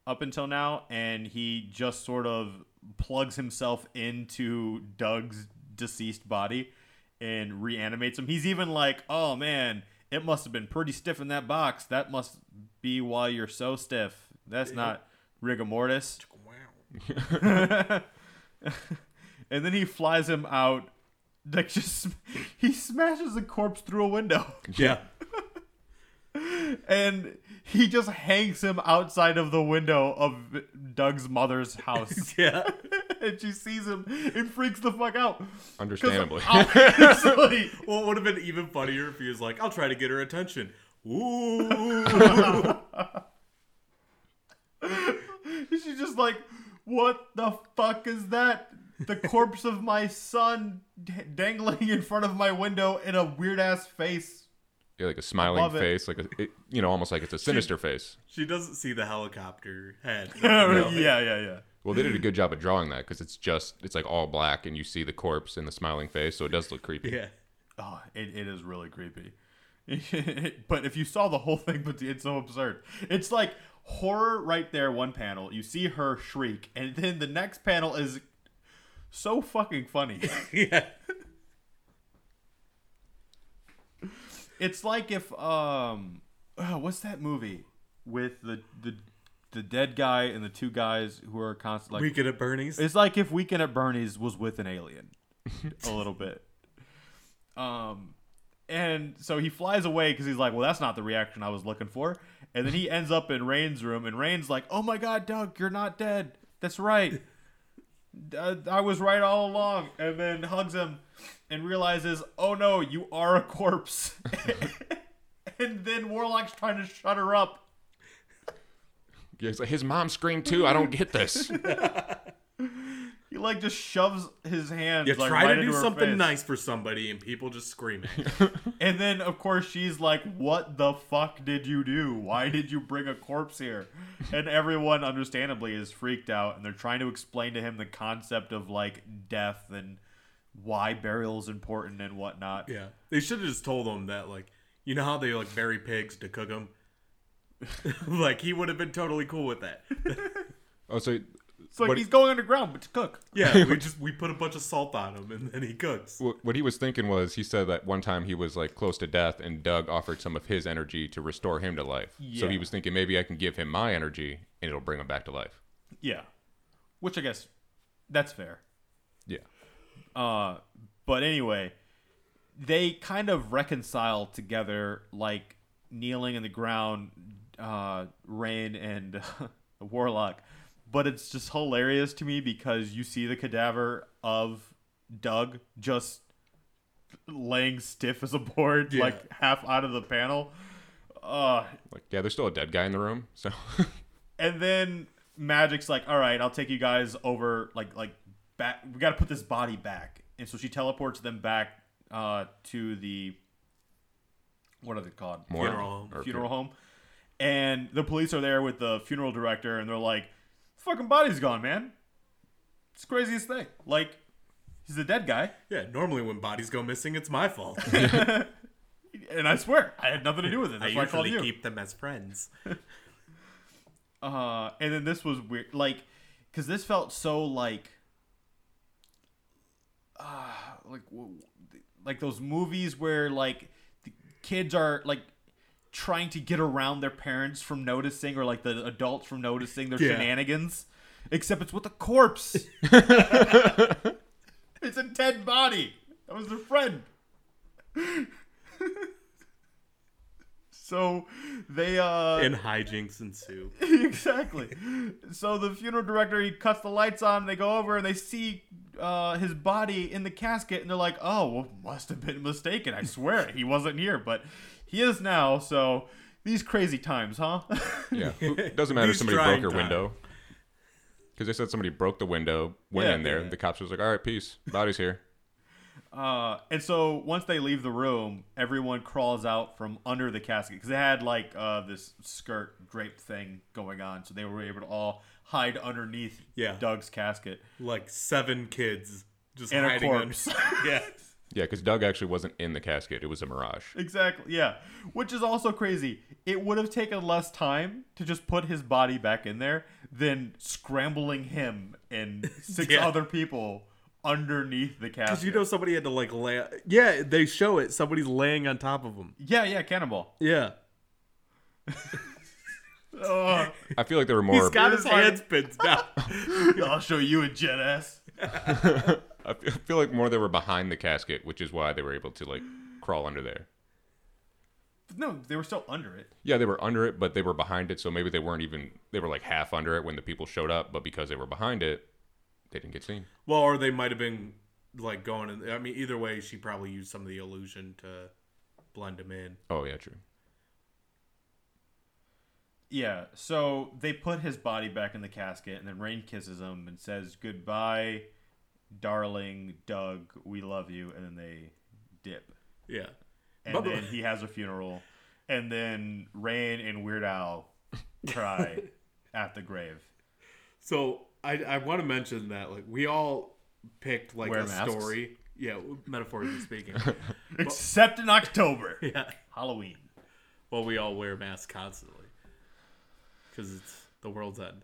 up until now, and he just sort of plugs himself into Doug's deceased body and reanimates him. He's even like, "Oh man, it must have been pretty stiff in that box. That must be why you're so stiff. That's not rigor mortis."
wow.
<laughs> And then he flies him out. Like just sm- <laughs> he smashes the corpse through a window. <laughs>
Yeah.
and he just hangs him outside of the window of Doug's mother's
<laughs>
house. <laughs>
Yeah.
and she sees him and freaks the fuck out.
Understandably, <laughs>
<laughs> Obviously.
Well, it would have been even funnier if he was like, I'll try to get her attention. Ooh.
<laughs> <laughs> She's just like, what the fuck is that? The corpse of my son d- dangling in front of my window in a weird ass face.
yeah, like a smiling
love it.
face, like a, it, you know, almost like it's a sinister face.
she doesn't see the helicopter
<laughs>
head.
Yeah, yeah, yeah.
Well, they did a good job of drawing that because it's just it's like all black and you see the corpse and the smiling face, so it does look creepy.
Yeah.
Oh, it, it is really creepy. <laughs> but if you saw the whole thing, but it's so absurd. It's like horror right there, one panel. You see her shriek, and then the next panel is so fucking funny.
Yeah.
it's like if um oh, what's that movie with the the the dead guy and the two guys who are constantly like
Weekend at Bernie's.
It's like if Weekend at Bernie's was with an
<laughs>
alien, a little bit. Um, and so he flies away because he's like, "Well, that's not the reaction I was looking for." And then he ends up in Rain's room, and Rain's like, "Oh my God, Doug, you're not dead. That's
<laughs>
right. Uh, I was right all along." And then hugs him and realizes, "Oh no, you are a
<laughs>
corpse." and then Warlock's trying to shut her up.
Yeah, it's like, his mom screamed too. I don't get
<laughs>
this.
He like just shoves his hands.
You
like,
try
right
to do
into her
something
face.
nice for somebody and people just scream at you.
And then, of course, she's like, What the fuck did you do? Why did you bring a corpse here? And everyone, understandably, is freaked out and they're trying to explain to him the concept of like death and why burial is important and whatnot.
Yeah, they should have just told him that, like, you know how they like bury pigs to cook <laughs> <laughs> them. like he would have been totally cool with that.
Oh, so
It's like
what-
he's going underground, but to cook.
Yeah, we just we put a bunch of salt on him and then he cooks.
Wh- what he was thinking was he said that one time he was like close to death and Doug offered some of his energy to restore him to life. So he
Yeah.
was thinking maybe I can give him my energy and it'll bring him back to life.
Yeah, which I guess that's fair.
Yeah.
Uh, but anyway, they kind of reconcile together, like kneeling in the ground, uh, Rain and <laughs> the Warlock. But it's just hilarious to me because you see the cadaver of Doug just laying stiff as a board,
Yeah.
like half out of the panel. Uh,
Like yeah, there's still a dead guy in the room. So
and then Magic's like, "All right, I'll take you guys over. Like, like back. We got to put this body back." And so she teleports them back uh, to the what are they called?
Morgue
Funeral home.
or
funeral home. And the police are there with the funeral director, and they're like, "Fucking body's gone, man. It's the craziest thing. Like, he's a dead guy."
Yeah, normally when bodies go missing, it's my <laughs> fault.
And I swear, I had nothing to do with it.
I
That's why I called
usually
you.
keep them as friends.
Uh, and then this was weird, like, because this felt so like, uh, like, w- w- like those movies where like the kids are like trying to get around their parents from noticing, or like the adults from noticing their
Yeah.
shenanigans, except it's with a corpse. it's a dead body. That was their friend. <laughs> so they uh
And hijinks ensue.
<laughs> exactly. So the funeral director he cuts the lights on. They go over and they see uh, his body in the casket, and they're like, "Oh, well, must have been mistaken. I swear he wasn't here, but he is now." So these crazy times, huh? <laughs>
yeah, Who- doesn't matter if
These
somebody broke
trying
her
times.
window. Because they said somebody broke the window, went
Yeah.
in there. The cops was like, "All right, peace. Body's here."
uh, and so once they leave the room, everyone crawls out from under the casket because they had like uh, this skirt drape thing going on, so they were able to all hide underneath
Yeah.
Doug's casket
Like seven kids just
and a
hiding under-
corpse.
<laughs> Yeah.
Yeah, because Doug actually wasn't in the casket; it was a mirage.
Exactly. Yeah. Which is also crazy. It would have taken less time to just put his body back in there than scrambling him and six
Yeah.
other people underneath the
Because
casket.
you know somebody had to like lay. Yeah, they show it. Somebody's laying on top of him.
yeah, yeah, cannonball.
Yeah. Oh,
Ugh.
I feel like there were more.
He's got
Here's
his
our-
hands pinned down.
<laughs> I'll show you a jet ass.
I feel- I feel like more they were behind the casket, which is why they were able to like crawl under there.
No, they were still under it.
Yeah, they were under it, but they were behind it, so maybe they weren't even they were like half under it when the people showed up, but because they were behind it, they didn't get seen.
well, or they might have been like going. In, I mean, either way, she probably used some of the illusion to blend him in.
Oh yeah, true.
Yeah, so they put his body back in the casket, and then Rain kisses him and says, Goodbye, darling Doug, we love you. And then they dip.
Yeah.
and
By the
then
way-
he has a funeral, and then Rain and Weird Al cry at the grave.
So I I want to mention that like we all picked like
Wear
a
masks.
story. Yeah,
<laughs>
metaphorically speaking.
Except in October,
yeah.
Halloween.
Well, we all wear masks constantly because it's the world's end.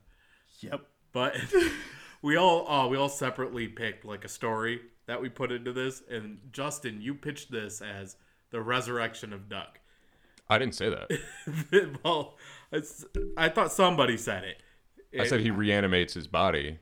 Yep.
but <laughs> we all uh, we all separately picked like a story that we put into this and justin you pitched this as the resurrection of duck
I didn't say that.
well it's, i thought somebody said it
I said he reanimates his body.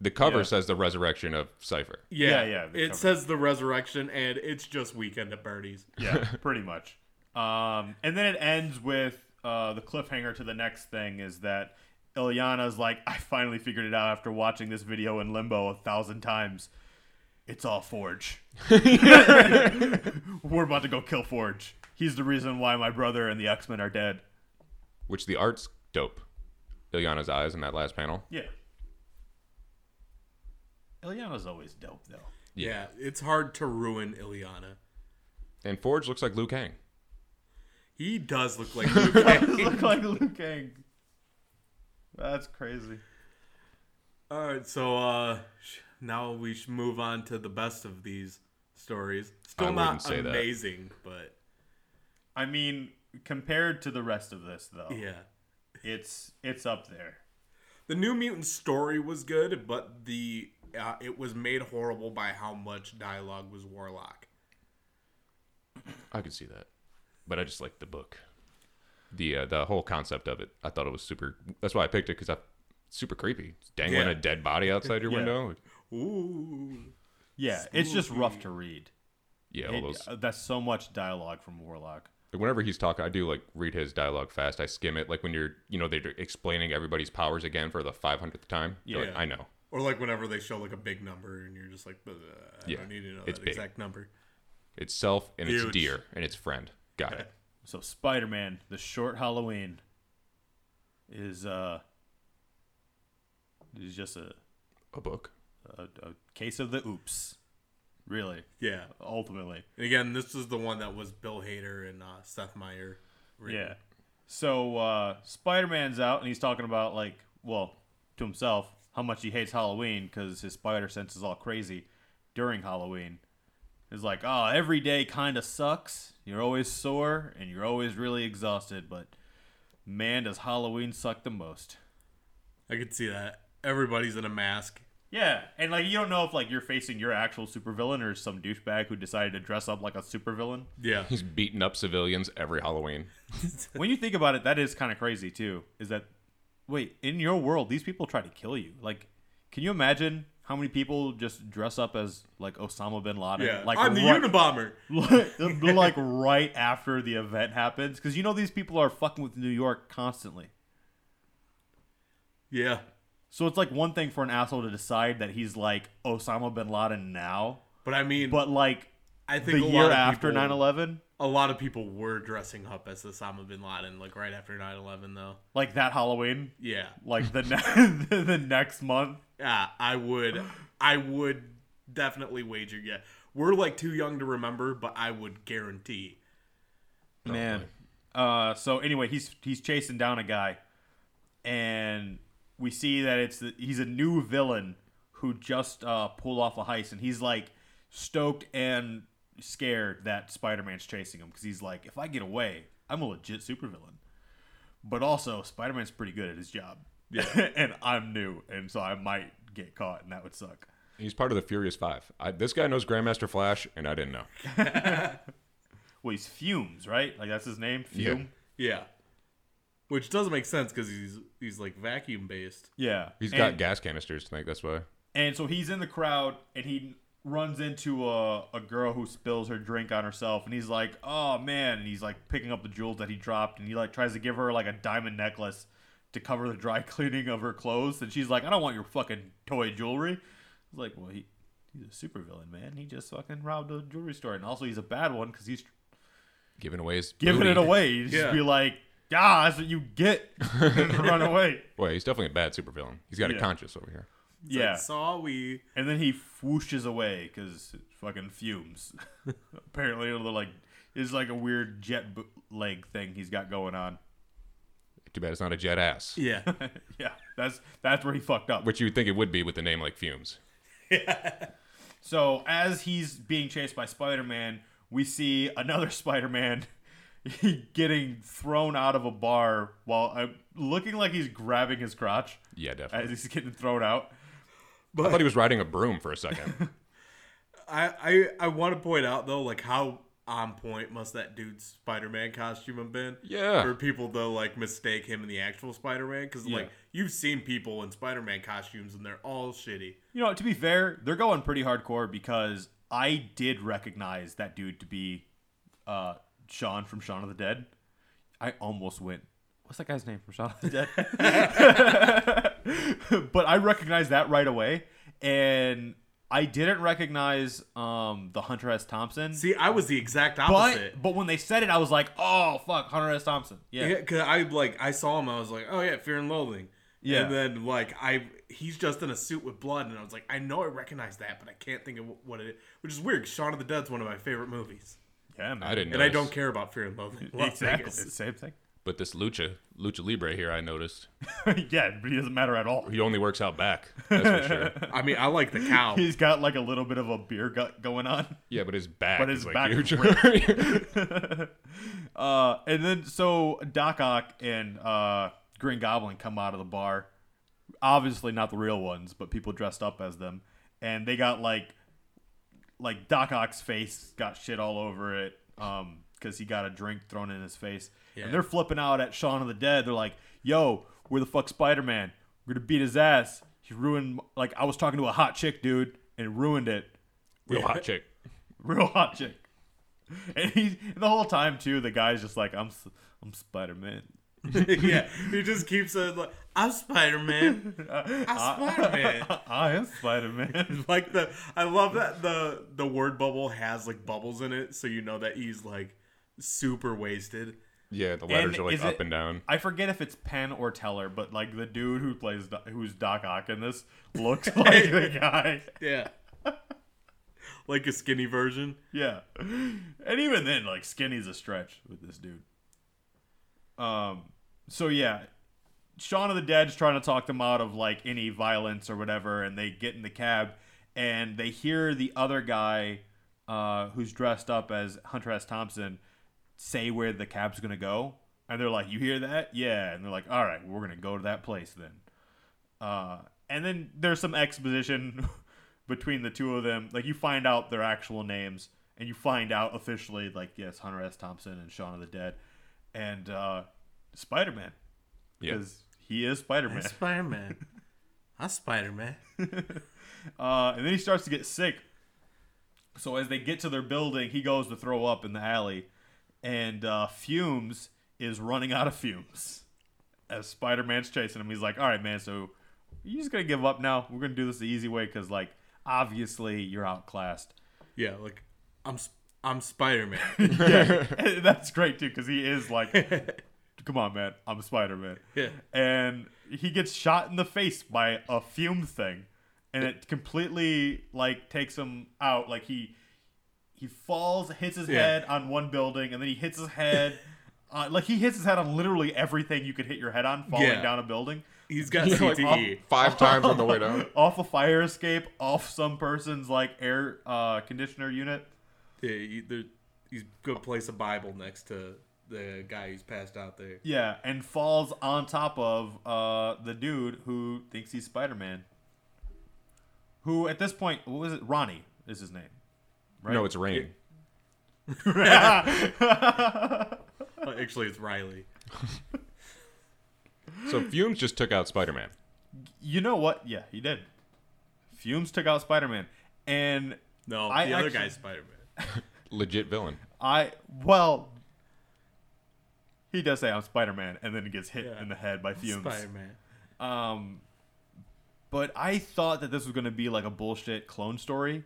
The cover
Yeah.
says the resurrection of Cypher.
yeah
Yeah, yeah, the
it
cover.
says the resurrection and it's just weekend at bertie's
Yeah, pretty much. Um, and then it ends with uh, the cliffhanger to the next thing is that Ilyana's like, I finally figured it out after watching this video in limbo a thousand times. It's all Forge. <laughs> We're about to go kill Forge. He's the reason why my brother and the X Men are dead.
Which the art's dope. Ilyana's eyes in that last panel.
Yeah. Ileana's always dope,
<laughs>
though. <laughs>
yeah. it's hard to ruin ileana
And Forge looks like Liu Kang.
he does
<laughs>
look like Liu Kang.
Look like Liu Kang. That's crazy.
all right so uh sh- now we should move on to the best of these stories still
I
not
wouldn't say that.
amazing but
I mean, compared to the rest of this, though,
yeah
it's it's up there.
the New Mutant story was good, but the uh, it was made horrible by how much dialogue was Warlock.
I could see that, but I just like the book, the uh, the whole concept of it. I thought it was super. That's why I picked it because I super creepy, It's dangling
Yeah.
a dead body outside your
Yeah.
window.
Ooh,
Yeah, it's just rough to read.
Yeah, all
It-
those.
uh, that's so much dialogue from Warlock.
Whenever he's talking, I do like read his dialogue fast. I skim it, like when you're, you know, they're explaining everybody's powers again for the 500th time. You're like,
Yeah.
I know.
or like whenever they show like a big number and you're just like, "Bleh, I
Yeah,
don't need to know
it's
that
big.
exact number.
It's self and it's
Huge.
deer and it's friend. Got it.
So Spider Man, the short Halloween, is uh is just a,
A book.
a, a case of the oops. Really,
Yeah,
ultimately.
and again, this is the one that was Bill Hader and uh, Seth Meyer. written.
Yeah. So uh, Spider Man's out and he's talking about like, well, to himself, how much he hates Halloween because his spider sense is all crazy during Halloween. It's like, oh, every day kind of sucks. You're always sore and you're always really exhausted, but man, does Halloween suck the most.
I could see that. Everybody's in a mask.
Yeah, and like you don't know if like you're facing your actual supervillain or some douchebag who decided to dress up like a supervillain.
Yeah,
He's beating up civilians every Halloween.
when you think about it, that is kind of crazy too. Is that wait in your world these people try to kill you? Like, can you imagine how many people just dress up as like Osama bin Laden?
yeah.
like
I'm the
right,
Unabomber.
<laughs> like right after the event happens because you know these people are fucking with New York constantly.
Yeah,
So it's like one thing for an asshole to decide that he's like Osama bin Laden now,
but I mean,
but like
I
the
think a lot
year
of
after
people-
9-11,
a lot of people were dressing up as Osama bin Laden, like right after 9-11, though.
like that Halloween,
Yeah,
like the ne- <laughs> the next month.
yeah, I would, I would definitely wager. Yeah, we're like too young to remember, but I would guarantee.
man. Uh, so anyway, he's he's chasing down a guy, and we see that it's the, he's a new villain who just uh, pulled off a heist, and he's like stoked and scared that Spider-Man's chasing him because he's like, if I get away, I'm a legit supervillain. But also, Spider-Man's pretty good at his job, <laughs> and I'm new, and so I might get caught, and that would suck.
He's part of the Furious Five. I, this guy knows Grandmaster Flash, and I didn't know.
Well, he's Fumes, right? Like that's his name,
Yeah.
Fume.
Yeah, which doesn't make sense because he's he's like vacuum based.
Yeah,
He's
And-
got gas canisters. I think that's why.
And so he's in the crowd and he runs into a, a girl who spills her drink on herself and he's like, oh man. And he's like picking up the jewels that he dropped and he like tries to give her like a diamond necklace to cover the dry <laughs> cleaning of her clothes. And she's like, I don't want your fucking toy jewelry. It's like, well, he, he's a supervillain, man. He just fucking robbed a jewelry store. And also, he's a bad one because he's
Giving away his
giving
booty.
it away. He'd just
Yeah.
be like, ah, that's what you get. <laughs> run away.
Boy, he's definitely a bad supervillain. He's got
Yeah.
a conscience over here.
<laughs> It's like,
yeah.
saw we.
And then he whooshes away because fucking fumes. Apparently, it'll like it's like a weird jet bo- leg thing he's got going on. <laughs>
Too bad it's not a jet ass,
Yeah,
Yeah, that's that's where he fucked up.
which you would think it would be with a name like Fumes.
So as he's being chased by Spider-Man, we see another <laughs> Spider-Man getting thrown out of a bar while uh, looking like he's grabbing his crotch
Yeah, definitely.
as he's getting thrown out.
I thought he was riding a broom for a second.
<laughs> I I I want to point out though, like how on point must that dude's Spider-Man costume have been?
Yeah.
for people to like mistake him and the actual Spider-Man, because
Yeah.
like you've seen people in Spider-Man costumes and they're all shitty.
You know, to be fair, they're going pretty hardcore because I did recognize that dude to be uh, Sean from Shaun of the Dead. I almost went, what's that guy's name from Shaun of the Dead? <laughs> but I recognized that right away. And I didn't recognize um, the Hunter S. Thompson.
See, I was the exact opposite.
but, but when they said it, I was like, oh, fuck, Hunter S. Thompson. Yeah.
Yeah, cause I like I saw him. I was like, oh yeah, Fear and Loathing.
Yeah.
And then like I, he's just in a suit with blood, and I was like, I know I recognize that, but I can't think of what it. Which is weird. 'cause Shaun of the Dead's one of my favorite movies,
Yeah, man.
I
<laughs>
didn't.
<laughs> and I
notice.
don't care about Fear and Loathing. in Las
Exactly.
Vegas.
It's the same thing. <laughs>
But this lucha, lucha libre here, I noticed
yeah, but he doesn't matter
<laughs>
at all.
he only works out back. That's for sure.
<laughs>
I mean, I like the cow.
He's got like a little bit of a beer gut going on.
Yeah, but his back.
But
is,
his
like,
back is
huge.
<laughs> Uh, and then so Doc Ock and uh, Green Goblin come out of the bar, obviously not the real ones, but people dressed up as them, and they got like like Doc Ock's face got shit all over it um because he got a drink thrown in his face,
Yeah.
and they're flipping out at Shaun of the Dead. They're like, "Yo, where the fuck Spider Man? We're gonna beat his ass. He ruined like I was talking to a hot chick dude and ruined it,
<laughs> Real
<laughs>
hot chick.
real hot chick." And he the whole time too, the guy's just like, "I'm S- I'm Spider Man."
yeah, he just keeps on like, I'm Spider Man.
<laughs>
I'm Spider Man.
I am Spider Man.
<laughs> like the I love that the the word bubble has like bubbles in it, so you know that he's like super wasted.
Yeah, the letters
And
are like
is
up
it-
and down.
I forget if it's Penn or Teller, but like the dude who plays Do- who's Doc Ock in this looks like the guy.
Yeah. like a skinny version.
<laughs> Yeah, and even then, like skinny's a stretch with this dude. Um. So yeah, Shaun of the Dead's trying to talk them out of like any violence or whatever, and they get in the cab and they hear the other guy, uh, who's dressed up as Hunter S. Thompson, say where the cab's gonna go, and they're like, "You hear that? Yeah." And they're like, "All right, we're gonna go to that place then." Uh, and then there's some exposition <laughs> between the two of them. Like you find out their actual names, and you find out officially, like yes, Hunter S. Thompson and Shaun of the Dead, and uh, Spider Man,
Yeah.
because he is Spider Man.
Spider <laughs> Man. I'm Spider Man.
Uh, and then he starts to get sick. So as they get to their building, he goes to throw up in the alley, and uh, fumes is running out of fumes. As Spider Man's chasing him, he's like, "All right, man, so you just gonna give up now? We're gonna do this the easy way because, like, obviously you're outclassed."
Yeah, like I'm Sp- I'm Spider Man.
<laughs> yeah, that's great too because he is like,
<laughs>
"Come on, man, I'm Spider Man."
Yeah.
and he gets shot in the face by a fume thing and it completely like takes him out like he he falls hits his
Yeah.
head on one building and then he hits his head <laughs> uh, like he hits his head on literally everything you could hit your head on falling
Yeah.
down a building
He's got E.
Yeah, like,
CTE.
oh.
up
<laughs>
five times on the way down.
off a fire escape off some person's like air uh, conditioner unit
Yeah, he, there, he's gonna place a Bible next to the guy who's passed out there.
yeah and falls on top of uh, the dude who thinks he's spider-man who at this point what was it ronnie is his name
No, it's rain.
Well, Oh, Actually, it's Riley.
So Fumes just took out Spider Man.
You know what? Yeah, he did. Fumes took out Spider Man, and
No,
I
the other
actually-
guy's Spider Man.
Legit villain.
I well, he does say I'm Spider Man, and then he gets hit
Yeah.
in the head by Fumes.
Spider Man.
Um, but I thought that this was gonna be like a bullshit clone story,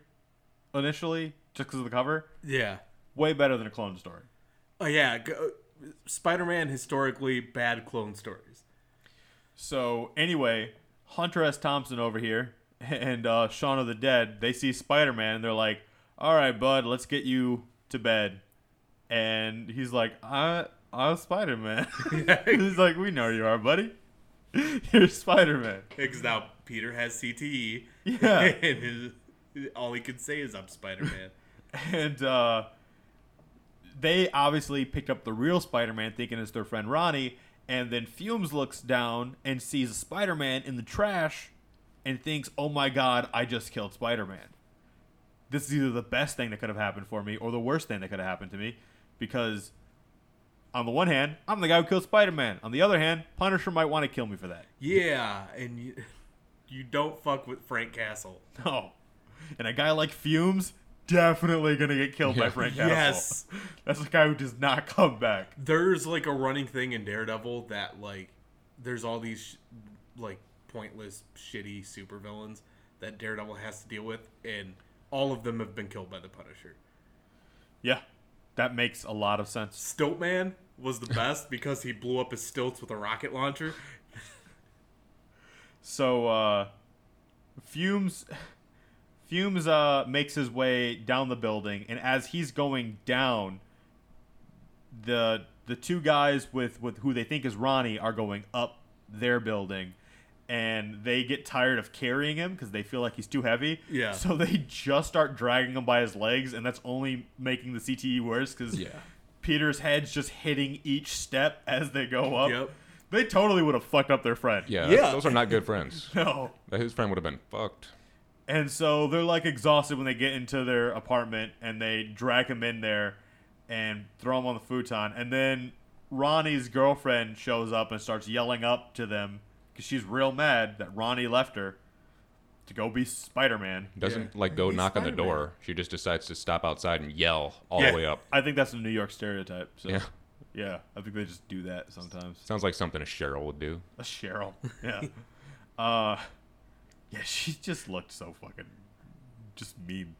initially, just because of the cover.
Yeah.
Way better than a clone story.
Oh yeah, go, Spider-Man historically bad clone stories.
So anyway, Hunter S. Thompson over here and uh, Shaun of the Dead, they see Spider Man and they're like, "All right, bud, let's get you to bed." And he's like, "I, I'm Spider Man." <laughs> he's like, "We know you are, buddy. <laughs> You're Spider Man."
Because now Peter has CTE.
Yeah.
<laughs> and his, all he can say is I'm Spider-Man.
and uh, they obviously picked up the real Spider-Man, thinking it's their friend Ronnie. And then Fumes looks down and sees Spider-Man in the trash, and thinks, "Oh my God, I just killed Spider-Man." This is either the best thing that could have happened for me, or the worst thing that could have happened to me, because on the one hand, I'm the guy who killed Spider-Man. On the other hand, Punisher might want to kill me for that.
yeah, and you, <laughs> you don't fuck with Frank Castle.
<laughs> No, and a guy like Fumes definitely gonna get killed by
Yeah.
Frank Castle.
Yes.
That's the guy who does not come back.
There's like a running thing in Daredevil that like there's all these sh- like pointless shitty supervillains that Daredevil has to deal with and all of them have been killed by the Punisher.
Yeah, that makes a lot of sense.
Stiltman was the <laughs> best because he blew up his stilts with a rocket launcher. <laughs>
So, uh, Fumes, <laughs> Fumes, uh, makes his way down the building, and as he's going down, the the two guys with with who they think is Ronnie are going up their building, and they get tired of carrying him because they feel like he's too heavy.
Yeah.
So they just start dragging him by his legs, and that's only making the CTE worse because
Yeah.
Peter's head's just hitting each step as they go up.
Yep.
They totally would have fucked up their friend.
Yeah,
Yeah.
those are not good friends.
<laughs> No.
His friend would have been fucked.
And so they're like exhausted when they get into their apartment and they drag him in there and throw him on the futon. And then Ronnie's girlfriend shows up and starts yelling up to them because she's real mad that Ronnie left her to go be Spider Man.
Doesn't like go
He's
knock on the
Spider-Man.
door. She just decides to stop outside and yell all the way up.
I think that's a New York stereotype. So
Yeah.
yeah. I think they just do that sometimes.
<laughs> Sounds like something a Cheryl would do.
A Cheryl. Yeah. uh, yeah, she just looked so fucking just mean.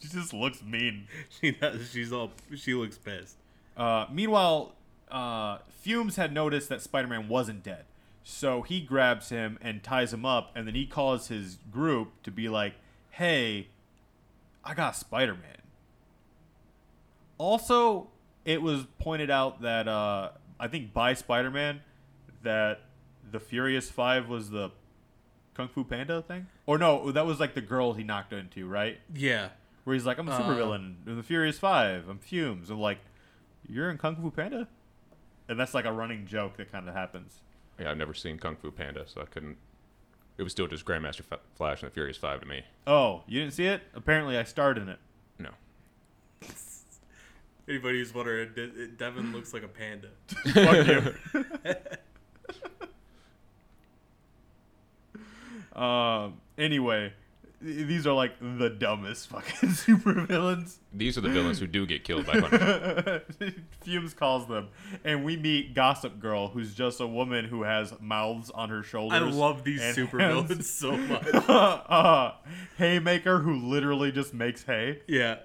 She just looks mean.
She does. She's all. She looks pissed.
Uh, meanwhile, uh, Fumes had noticed that Spider Man wasn't dead. So he grabs him and ties him up, and then he calls his group to be like, hey, I got Spider Man. Also, it was pointed out that, uh, I think by Spider Man, that the Furious Five was the Kung Fu Panda thing? Or no, that was like the girl he knocked into, right?
Yeah.
where he's like, "I'm a
Uh.
supervillain in the Furious Five. I'm Fumes." I'm like, "You're in Kung Fu Panda," and that's like a running joke that kind of happens.
Yeah, I've never seen Kung Fu Panda, so I couldn't. It was still just Grandmaster Fa- Flash and the Furious Five to me.
Oh, you didn't see it? Apparently, I starred
<laughs>
in it.
No.
Anybody who's wondering, De- Devin looks like a panda.
Fuck
<laughs>
you. um. Anyway, th- these are like the dumbest <laughs> fucking supervillains.
These are the villains who do get killed by
<laughs>
Punisher.
Fumes calls them, and we meet Gossip Girl, who's just a woman who has mouths on her shoulders.
I love these
and
super
hands.
villains so <laughs> much.
uh, <laughs> haymaker who literally just makes hay.
Yeah.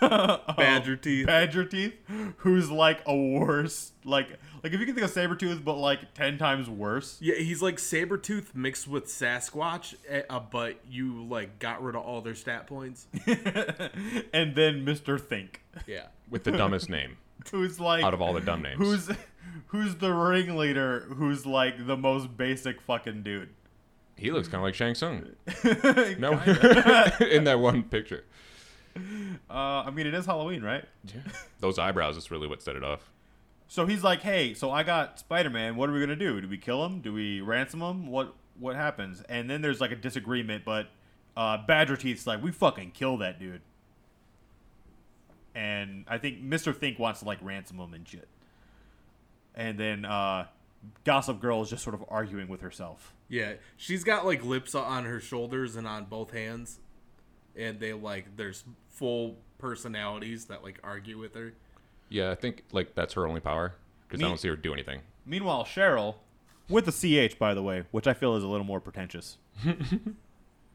Um,
Badger teeth.
Badger teeth, who's like a worse, like like if you can think of Sabretooth, but like ten times worse. <laughs>
Yeah, he's like Sabretooth mixed with Sasquatch, eh, uh, but you like got rid of all their stat points.
and then Mr. Think,
Yeah.
with the dumbest name
who's like
out of all the dumb names.
who's who's the ringleader, who's like the most basic fucking dude.
He looks kind of like Shang
<laughs>
Tsung. No, <laughs> in that one picture.
Uh, I mean, it is Halloween, right?
Those eyebrows is really what set it off.
So he's like, "Hey, so I got Spider-Man. What are we gonna do? Do we kill him? Do we ransom him? What what happens?" And then there's like a disagreement, but uh, Badger Teeth's like, "We fucking kill that dude." And I think Mister Think wants to like ransom him and shit. And then uh, Gossip Girl is just sort of arguing with herself.
Yeah. She's got like lips on her shoulders and on both hands. And they like, there's full personalities that like argue with her.
Yeah, I think like that's her only power because I
Me-
don't see her do anything.
Meanwhile, Cheryl, with a ch by the way, which I feel is a little more pretentious,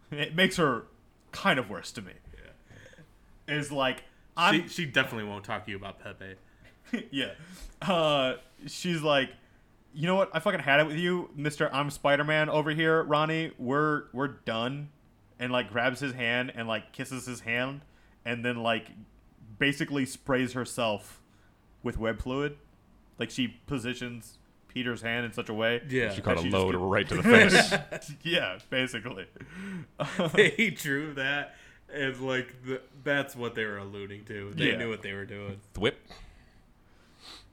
it makes her kind of worse to me. Is like I'm
She, she definitely won't talk to you about Pepe. <laughs>
<laughs> yeah. Uh, she's like, you know what? I fucking had it with you, Mister. I'm Spider Man over here, Ronnie. We're we're done. And like grabs his hand and like kisses his hand, and then like basically sprays herself with web fluid. Like she positions Peter's hand in such a way.
Yeah.
She caught a
she just
load
keep-
right to the face.
<laughs> Yeah, basically.
they drew that and like the, that's what they were alluding to. They
Yeah.
knew what they were doing.
Thwip.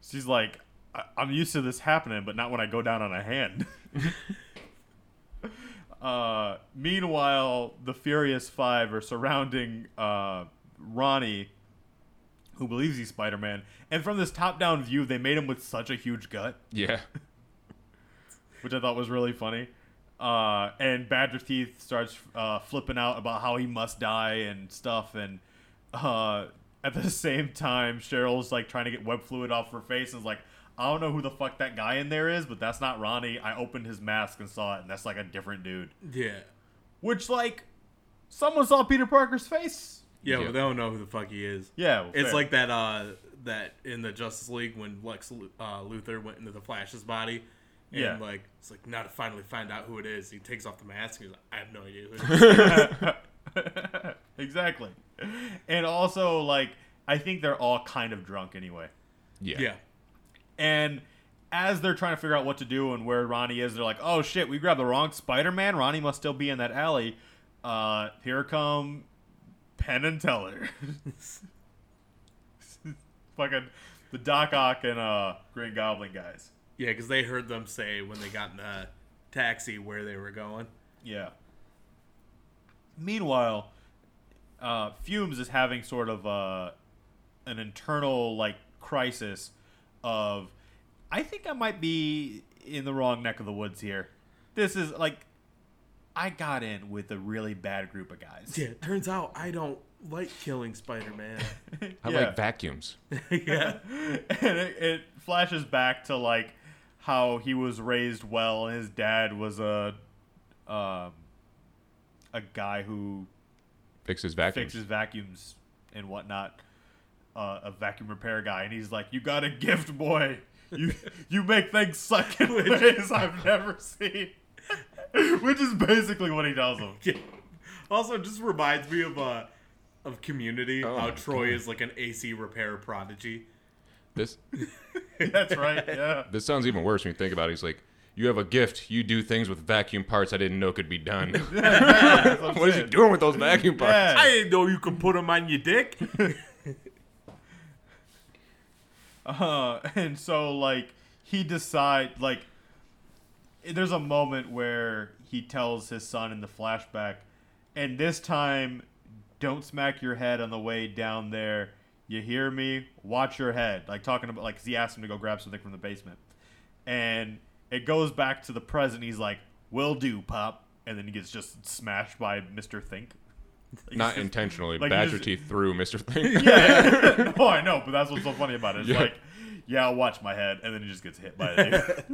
She's like, I- I'm used to this happening, but not when I go down on a hand. uh, meanwhile, the Furious Five are surrounding uh, Ronnie, who believes he's Spider Man. And from this top down view, they made him with such a huge gut,
Yeah.
which I thought was really funny. Uh, and Badger Teeth starts uh, flipping out about how he must die and stuff. And uh, at the <laughs> same time, Cheryl's like trying to get web fluid off her face and is like, I don't know who the fuck that guy in there is, but that's not Ronnie. I opened his mask and saw it, and that's like a different dude.
Yeah.
Which, like, someone saw Peter Parker's face.
Yeah,
Yeah.
but they don't know who the fuck he is.
Yeah, well,
It's
fair.
like that uh that in the Justice League when Lex Lu- uh, Luthor went into the Flash's body. And
Yeah.
like it's like now to finally find out who it is, he takes off the mask and he's like, I have no idea who <laughs> it is.
<laughs> exactly. And also, like, I think they're all kind of drunk anyway.
Yeah.
yeah.
And as they're trying to figure out what to do and where Ronnie is, they're like, "Oh shit, we grabbed the wrong Spider-Man. Ronnie must still be in that alley." Uh, here come Penn and Teller, <laughs> fucking the Doc Ock and uh Green Goblin guys.
Yeah, because they heard them say when they got in the taxi where they were going.
Yeah. Meanwhile, uh, Fumes is having sort of uh, an internal like crisis of, I think I might be in the wrong neck of the woods here. This is like, I got in with a really bad group of guys.
Yeah, turns out I don't like killing Spider Man.
I
Yeah.
like vacuums.
<laughs> yeah.
<laughs> and it, it flashes back to like how he was raised well and his dad was a um, a guy who
Fixes vacuums.
fixes vacuums and whatnot uh, a vacuum repair guy and he's like you got a gift boy you you make things suck in ways i've never seen <laughs> which is basically what he tells him
<laughs> Yeah. Also, it just reminds me of uh, of Community.
Oh
how
my
Troy is like an AC repair prodigy.
This
that's right yeah
this sounds even worse when you think about it. He's like, you have a gift. You do things with vacuum parts I didn't know could be done. <laughs>
That's what I'm <laughs>
what is he
saying.
doing with those vacuum parts?
Yeah.
I didn't know you could put them on your <laughs> dick.
Uh, <laughs> and so like he decide like there's a moment where he tells his son in the flashback, and this time don't smack your head on the way down there. You hear me? Watch your head. Like talking about like 'cause he asked him to go grab something from the basement, and it goes back to the present. He's like, "Will do, pop," and then he gets just smashed by Mister Think. <laughs> Like,
Not
it's just-
intentionally.
like, you
Badger
just-
teeth through
<laughs>
Mr. Thing.
<laughs>
yeah. no, I know, but that's what's so funny about it. It's
Yeah.
like, yeah, I'll watch my head, and then he just gets hit by
<laughs>
it.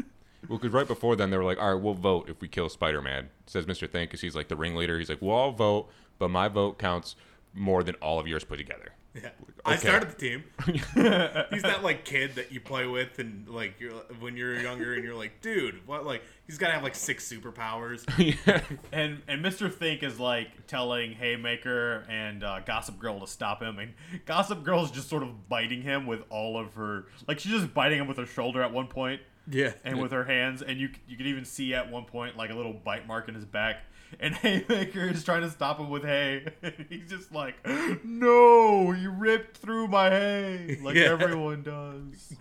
Well, because right before then, they were like, all right, we'll vote if we kill Spider Man, says Mr. Thing, because he's like the ringleader. He's like, well, I'll vote, but my vote counts more than all of yours put together.
Yeah. I
Okay.
started the team. he's that like kid that you play with and like you're when you're younger and you're like, dude, what like he's gotta have like six superpowers.
yeah.
and and Mr. Think is like telling Haymaker and uh, Gossip Girl to stop him, and Gossip Girl's just sort of biting him with all of her, like she's just biting him with her shoulder at one point,
Yeah.
and with her hands, and you you can even see at one point like a little bite mark in his back. And <laughs> Haymaker is trying to stop him with hay. He's just like, "No, you ripped through my hay, like
Yeah.
everyone does."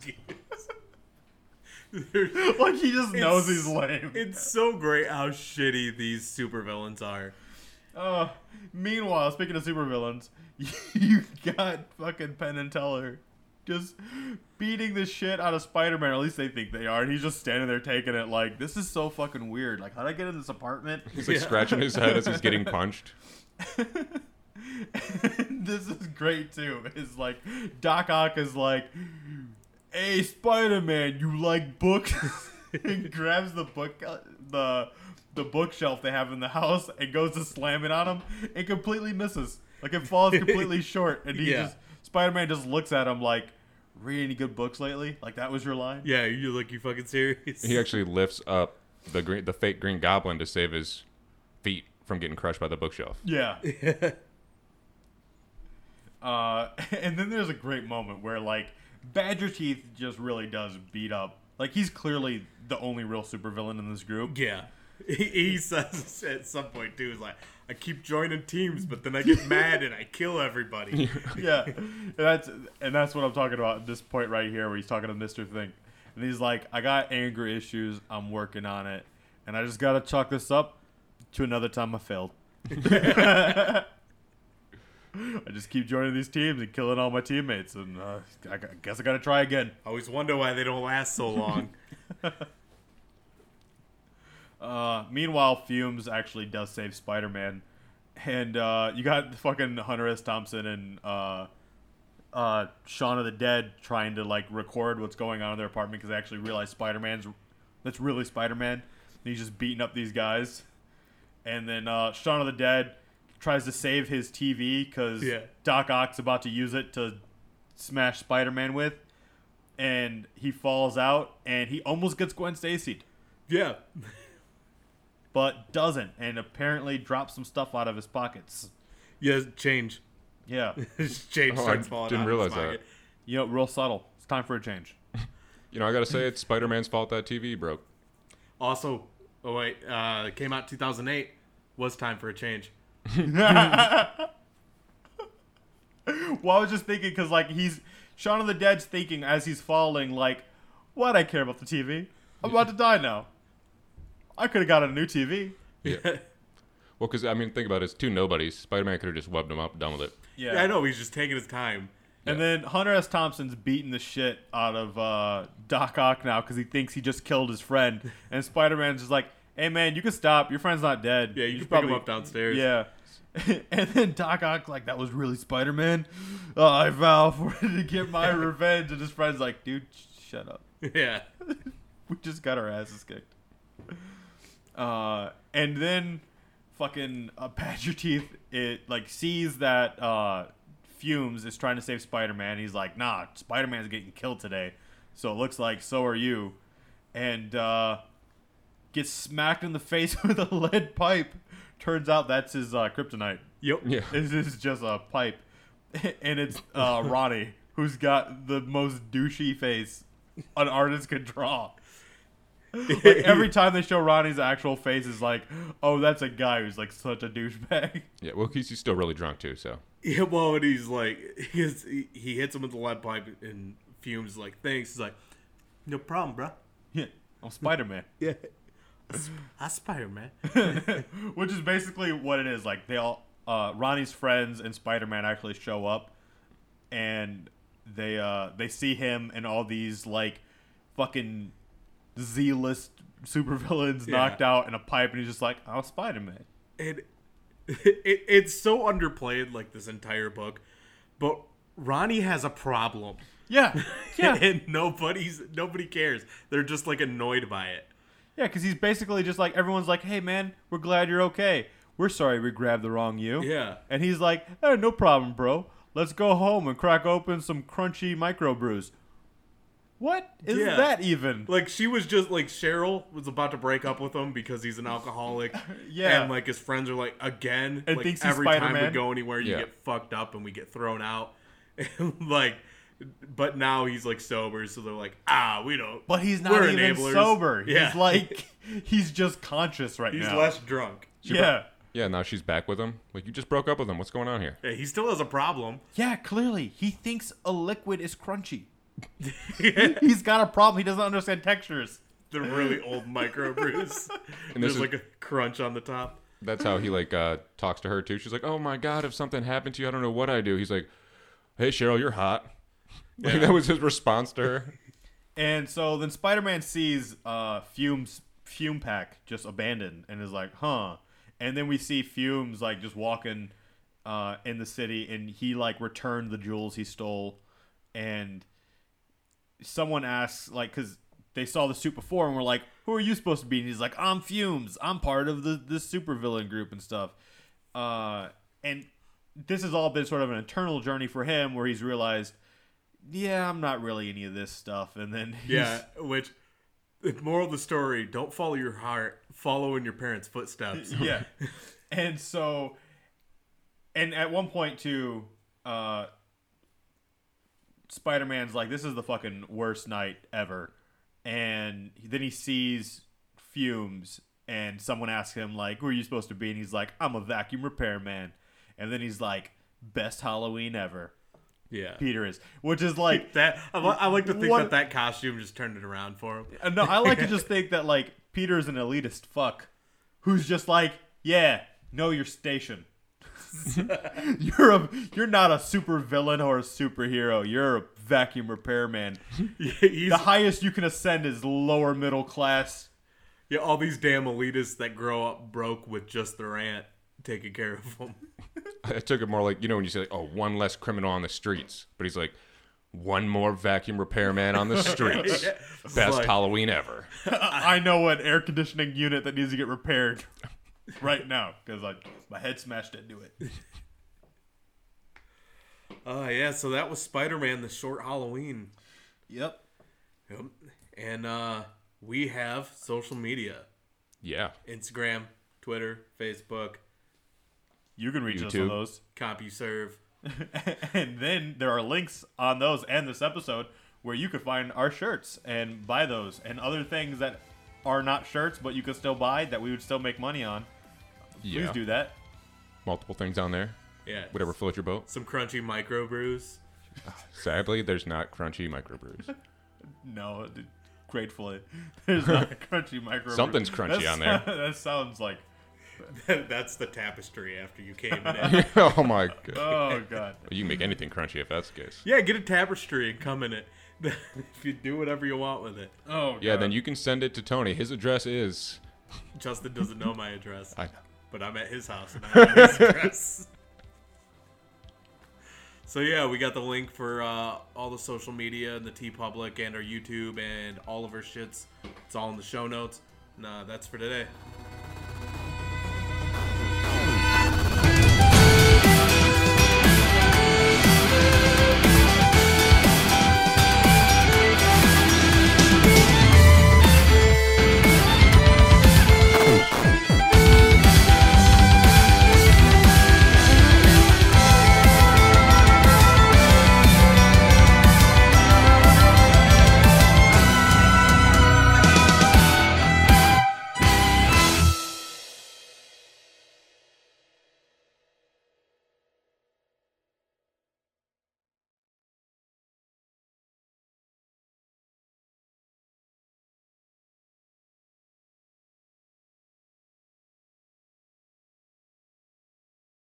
<laughs>
There's-
like he just knows
It's-
he's lame.
<laughs> it's so great how shitty these supervillains are.
Uh, meanwhile, speaking of supervillains, <laughs> you got fucking Penn and Teller just beating the shit out of Spider-Man. or At least they think they are, and he's just standing there taking it. Like this is so fucking weird. Like how'd I get in this apartment?
He's like
Yeah.
scratching his head as he's getting punched.
<laughs> this is great too. Is like Doc Ock is like, "Hey Spider-Man, you like books?" <laughs> and grabs the book uh, the the bookshelf they have in the house and goes to slam it on him and completely misses. Like it falls completely short and he
Yeah.
just Spider-Man just looks at him like, "Read any good books lately?" Like that was your line.
Yeah, you look you fucking serious.
He actually lifts up the green, the fake green goblin to save his feet from getting crushed by the bookshelf.
Yeah. uh, <laughs> and then there's a great moment where like Badger Teeth just really does beat up. Like he's clearly the only real supervillain in this
<laughs>
group. <laughs>
<laughs> Yeah. He, he says at some point too, he's like, I keep joining teams, but then I get mad and I kill everybody.
yeah, and that's and that's what I'm talking about at this point right here, where he's talking to Mister Thing, and he's like, "I got anger issues. I'm working on it, and I just gotta chalk this up to another time I failed." <laughs> I just keep joining these teams and killing all my teammates, and uh, I gu- guess I gotta try again.
I always wonder why they don't last so long.
Uh, meanwhile, Fumes actually does save Spider Man, and uh, you got <laughs> fucking Hunter S. Thompson and uh, uh, Shaun of the Dead trying to like record what's going on in their apartment because they actually realize Spider Man's that's really Spider Man. He's just beating up these guys, and then uh, Shaun of the Dead tries to save his TV because
Yeah.
Doc Ock's about to use it to smash Spider Man with, and he falls out and he almost gets Gwen Stacy
yeah.
but doesn't, and apparently drops some stuff out of his pockets.
Yeah, change.
Yeah,
<laughs> His change
Oh, I
starts falling
didn't
out of his
realize that.
pocket.
you know, real subtle. It's time for a change. <laughs>
You know, I gotta say, it's Spider Man's fault that TV broke.
Also, oh wait, uh, it came out 2008. Was time for a change.
Well, I was just thinking because like he's Shaun of the Dead's thinking as he's falling, like, Why'd I care about the TV? I'm about to die now. I could have got a new TV.
Well, because I mean, think about it. It's two nobodies. Spider Man could have just webbed them up, done with it.
Yeah.
Yeah, I know he's just taking his time.
And then Hunter S. Thompson's beating the shit out of uh, Doc Ock now because he thinks he just killed his friend. And Spider Man's just like, hey, man, you can stop. Your friend's not dead.
Yeah, you,
should
can pick him up downstairs.
Yeah. <laughs> and then Doc Ock like that was really Spider Man. Oh, I vow for <laughs> to get my revenge. And his friend's like, dude, sh- shut up.
<laughs> yeah.
We just got our asses kicked. Uh, and then fucking uh, <laughs> Badger Teeth it like sees that uh, Fumes is trying to save Spider Man. He's like, nah, Spider Man's getting killed today, so it looks like so are you, and uh, gets smacked in the <laughs> face with a lead pipe. Turns out that's his uh, kryptonite.
Yep.
Yeah.
<laughs> This is just a pipe, <laughs> and it's uh, Ronnie who's got the most douchey face an artist could draw. Like, every time they show Ronnie's actual face is like, oh, that's a guy who's like such a douchebag. <laughs>
Yeah. Well, 'cause he's still really drunk too. So
<laughs> Yeah, well, and he's like, <laughs> he, gets, he, he hits him with the lead pipe and fumes like, thanks. He's like, no problem, bro.
Yeah, Oh, I'm Spider Man,
Yeah. I Spider
<laughs>
Man.
which is basically what it is. Like they all, uh, Ronnie's friends and Spider Man actually show up, and they uh, they see him and all these like fucking Z list supervillains
Yeah.
knocked out in a pipe, and he's just like, "Oh, I'm Spider Man.
And <laughs> it, it's so underplayed, like this entire book. But Ronnie has a problem.
Yeah, yeah,
<laughs> and nobody's nobody cares. They're just like annoyed by it.
Yeah, because he's basically just like everyone's like, "Hey, man, we're glad you're okay. We're sorry we grabbed the wrong you."
Yeah.
and he's like, eh, "No problem, bro. Let's go home and crack open some crunchy microbrews." What is
Yeah.
that even?
Like she was just like Cheryl was about to break up with him because he's
<laughs>
an alcoholic.
Yeah.
and like his friends are like again.
And
like,
thinks he's
every time
Spider-Man.
we go anywhere, you
Yeah.
get fucked up and we get thrown out. <laughs> And like, but now he's like sober, so they're like, ah, we don't.
But he's not
we're
even
enablers." <laughs>
sober.
Yeah.
He's like, he's just conscious right
he's
now.
less drunk.
yeah,
yeah. Now she's back with him. Like you just broke up with him. What's going on here?
Yeah, he still has a problem.
yeah. Clearly, he thinks a liquid is
<laughs>
crunchy. he's got a problem. He doesn't understand textures. <laughs>
They're really old micro brews.
And this
There's
is-
like a crunch on the top.
That's how he like uh, talks to her too. She's like, "Oh my god, if something happened to you, I don't know what I do." He's like, "Hey Cheryl, you're hot." <laughs> Like, that was his response to her.
And so then Spider Man sees uh, Fumes Fume Pack just abandoned and is like, huh. And then we see Fumes like just walking uh, in the city and he like returned the jewels he stole. And someone asks, like, because they saw the suit before and were like, who are you supposed to be? And he's like, I'm Fumes. I'm part of the this supervillain group and stuff. Uh, and this has all been sort of an internal journey for him where he's realized yeah, I'm not really any of this stuff. And then <laughs> he's,
Yeah, which the moral of the story: don't follow your heart, follow in your
<laughs>
parents' footsteps.
yeah. And so, and at one point too, uh, Spider Man's like, "This is the fucking worst night ever," and then he sees fumes, and someone asks him like, "Who are you supposed to be?" And he's like, "I'm a vacuum repairman," and then he's like, "Best Halloween ever."
yeah.
Peter is, which is like
<laughs> That I, li- I like to think
What-
that that costume just turned it around for him.
Uh, No, I like to just think that like Peter's an elitist fuck who's just like, yeah, know your station. <laughs> you're a you're not a super villain or a superhero. You're a vacuum repairman.
<laughs> He's,
The highest you can ascend is lower middle class.
yeah, all these damn elitists that grow up broke with just their aunt taking care of them. <laughs>
I took it more like you know when you say like, "Oh, one less criminal on the streets," but he's like, "One more vacuum repairman on the streets."
Yeah.
Best
Like-
Halloween ever.
I know an air conditioning unit that needs to get repaired <laughs> right now because like my head smashed into it.
Oh yeah, so that was Spider-Man: The Short Halloween,
Yep.
Yep. and uh, we have social media:
Yeah.
Instagram, Twitter, Facebook,
You can reach us on
YouTube.
those.
CompuServe.
<laughs> and then there are links on those and this episode where you could find our shirts and buy those and other things that are not shirts but you could still buy that we would still make money on. Please
Yeah.
do that.
Multiple things on there.
Yeah,
Whatever floats your boat.
Some crunchy micro brews.
Sadly, there's not crunchy microbrews. <laughs>
No, dude. gratefully. <laughs> There's not crunchy micro.
Something's crunchy on there.
<laughs> that sounds like
<laughs> That's the tapestry after you
<laughs>
came in.
oh my god.
oh god.
You can make anything crunchy if that's the case.
yeah, get a tapestry and come in it. <laughs> if you do whatever you want with it.
Oh god.
Yeah, then you can send it to Tony. His address is.
Justin doesn't know my address,
I,
but I'm at his house and I have his address. So yeah, we got the link for uh, all the social media and the T Public and our YouTube and all of our shits. It's all in the show notes. Nah, that's for today.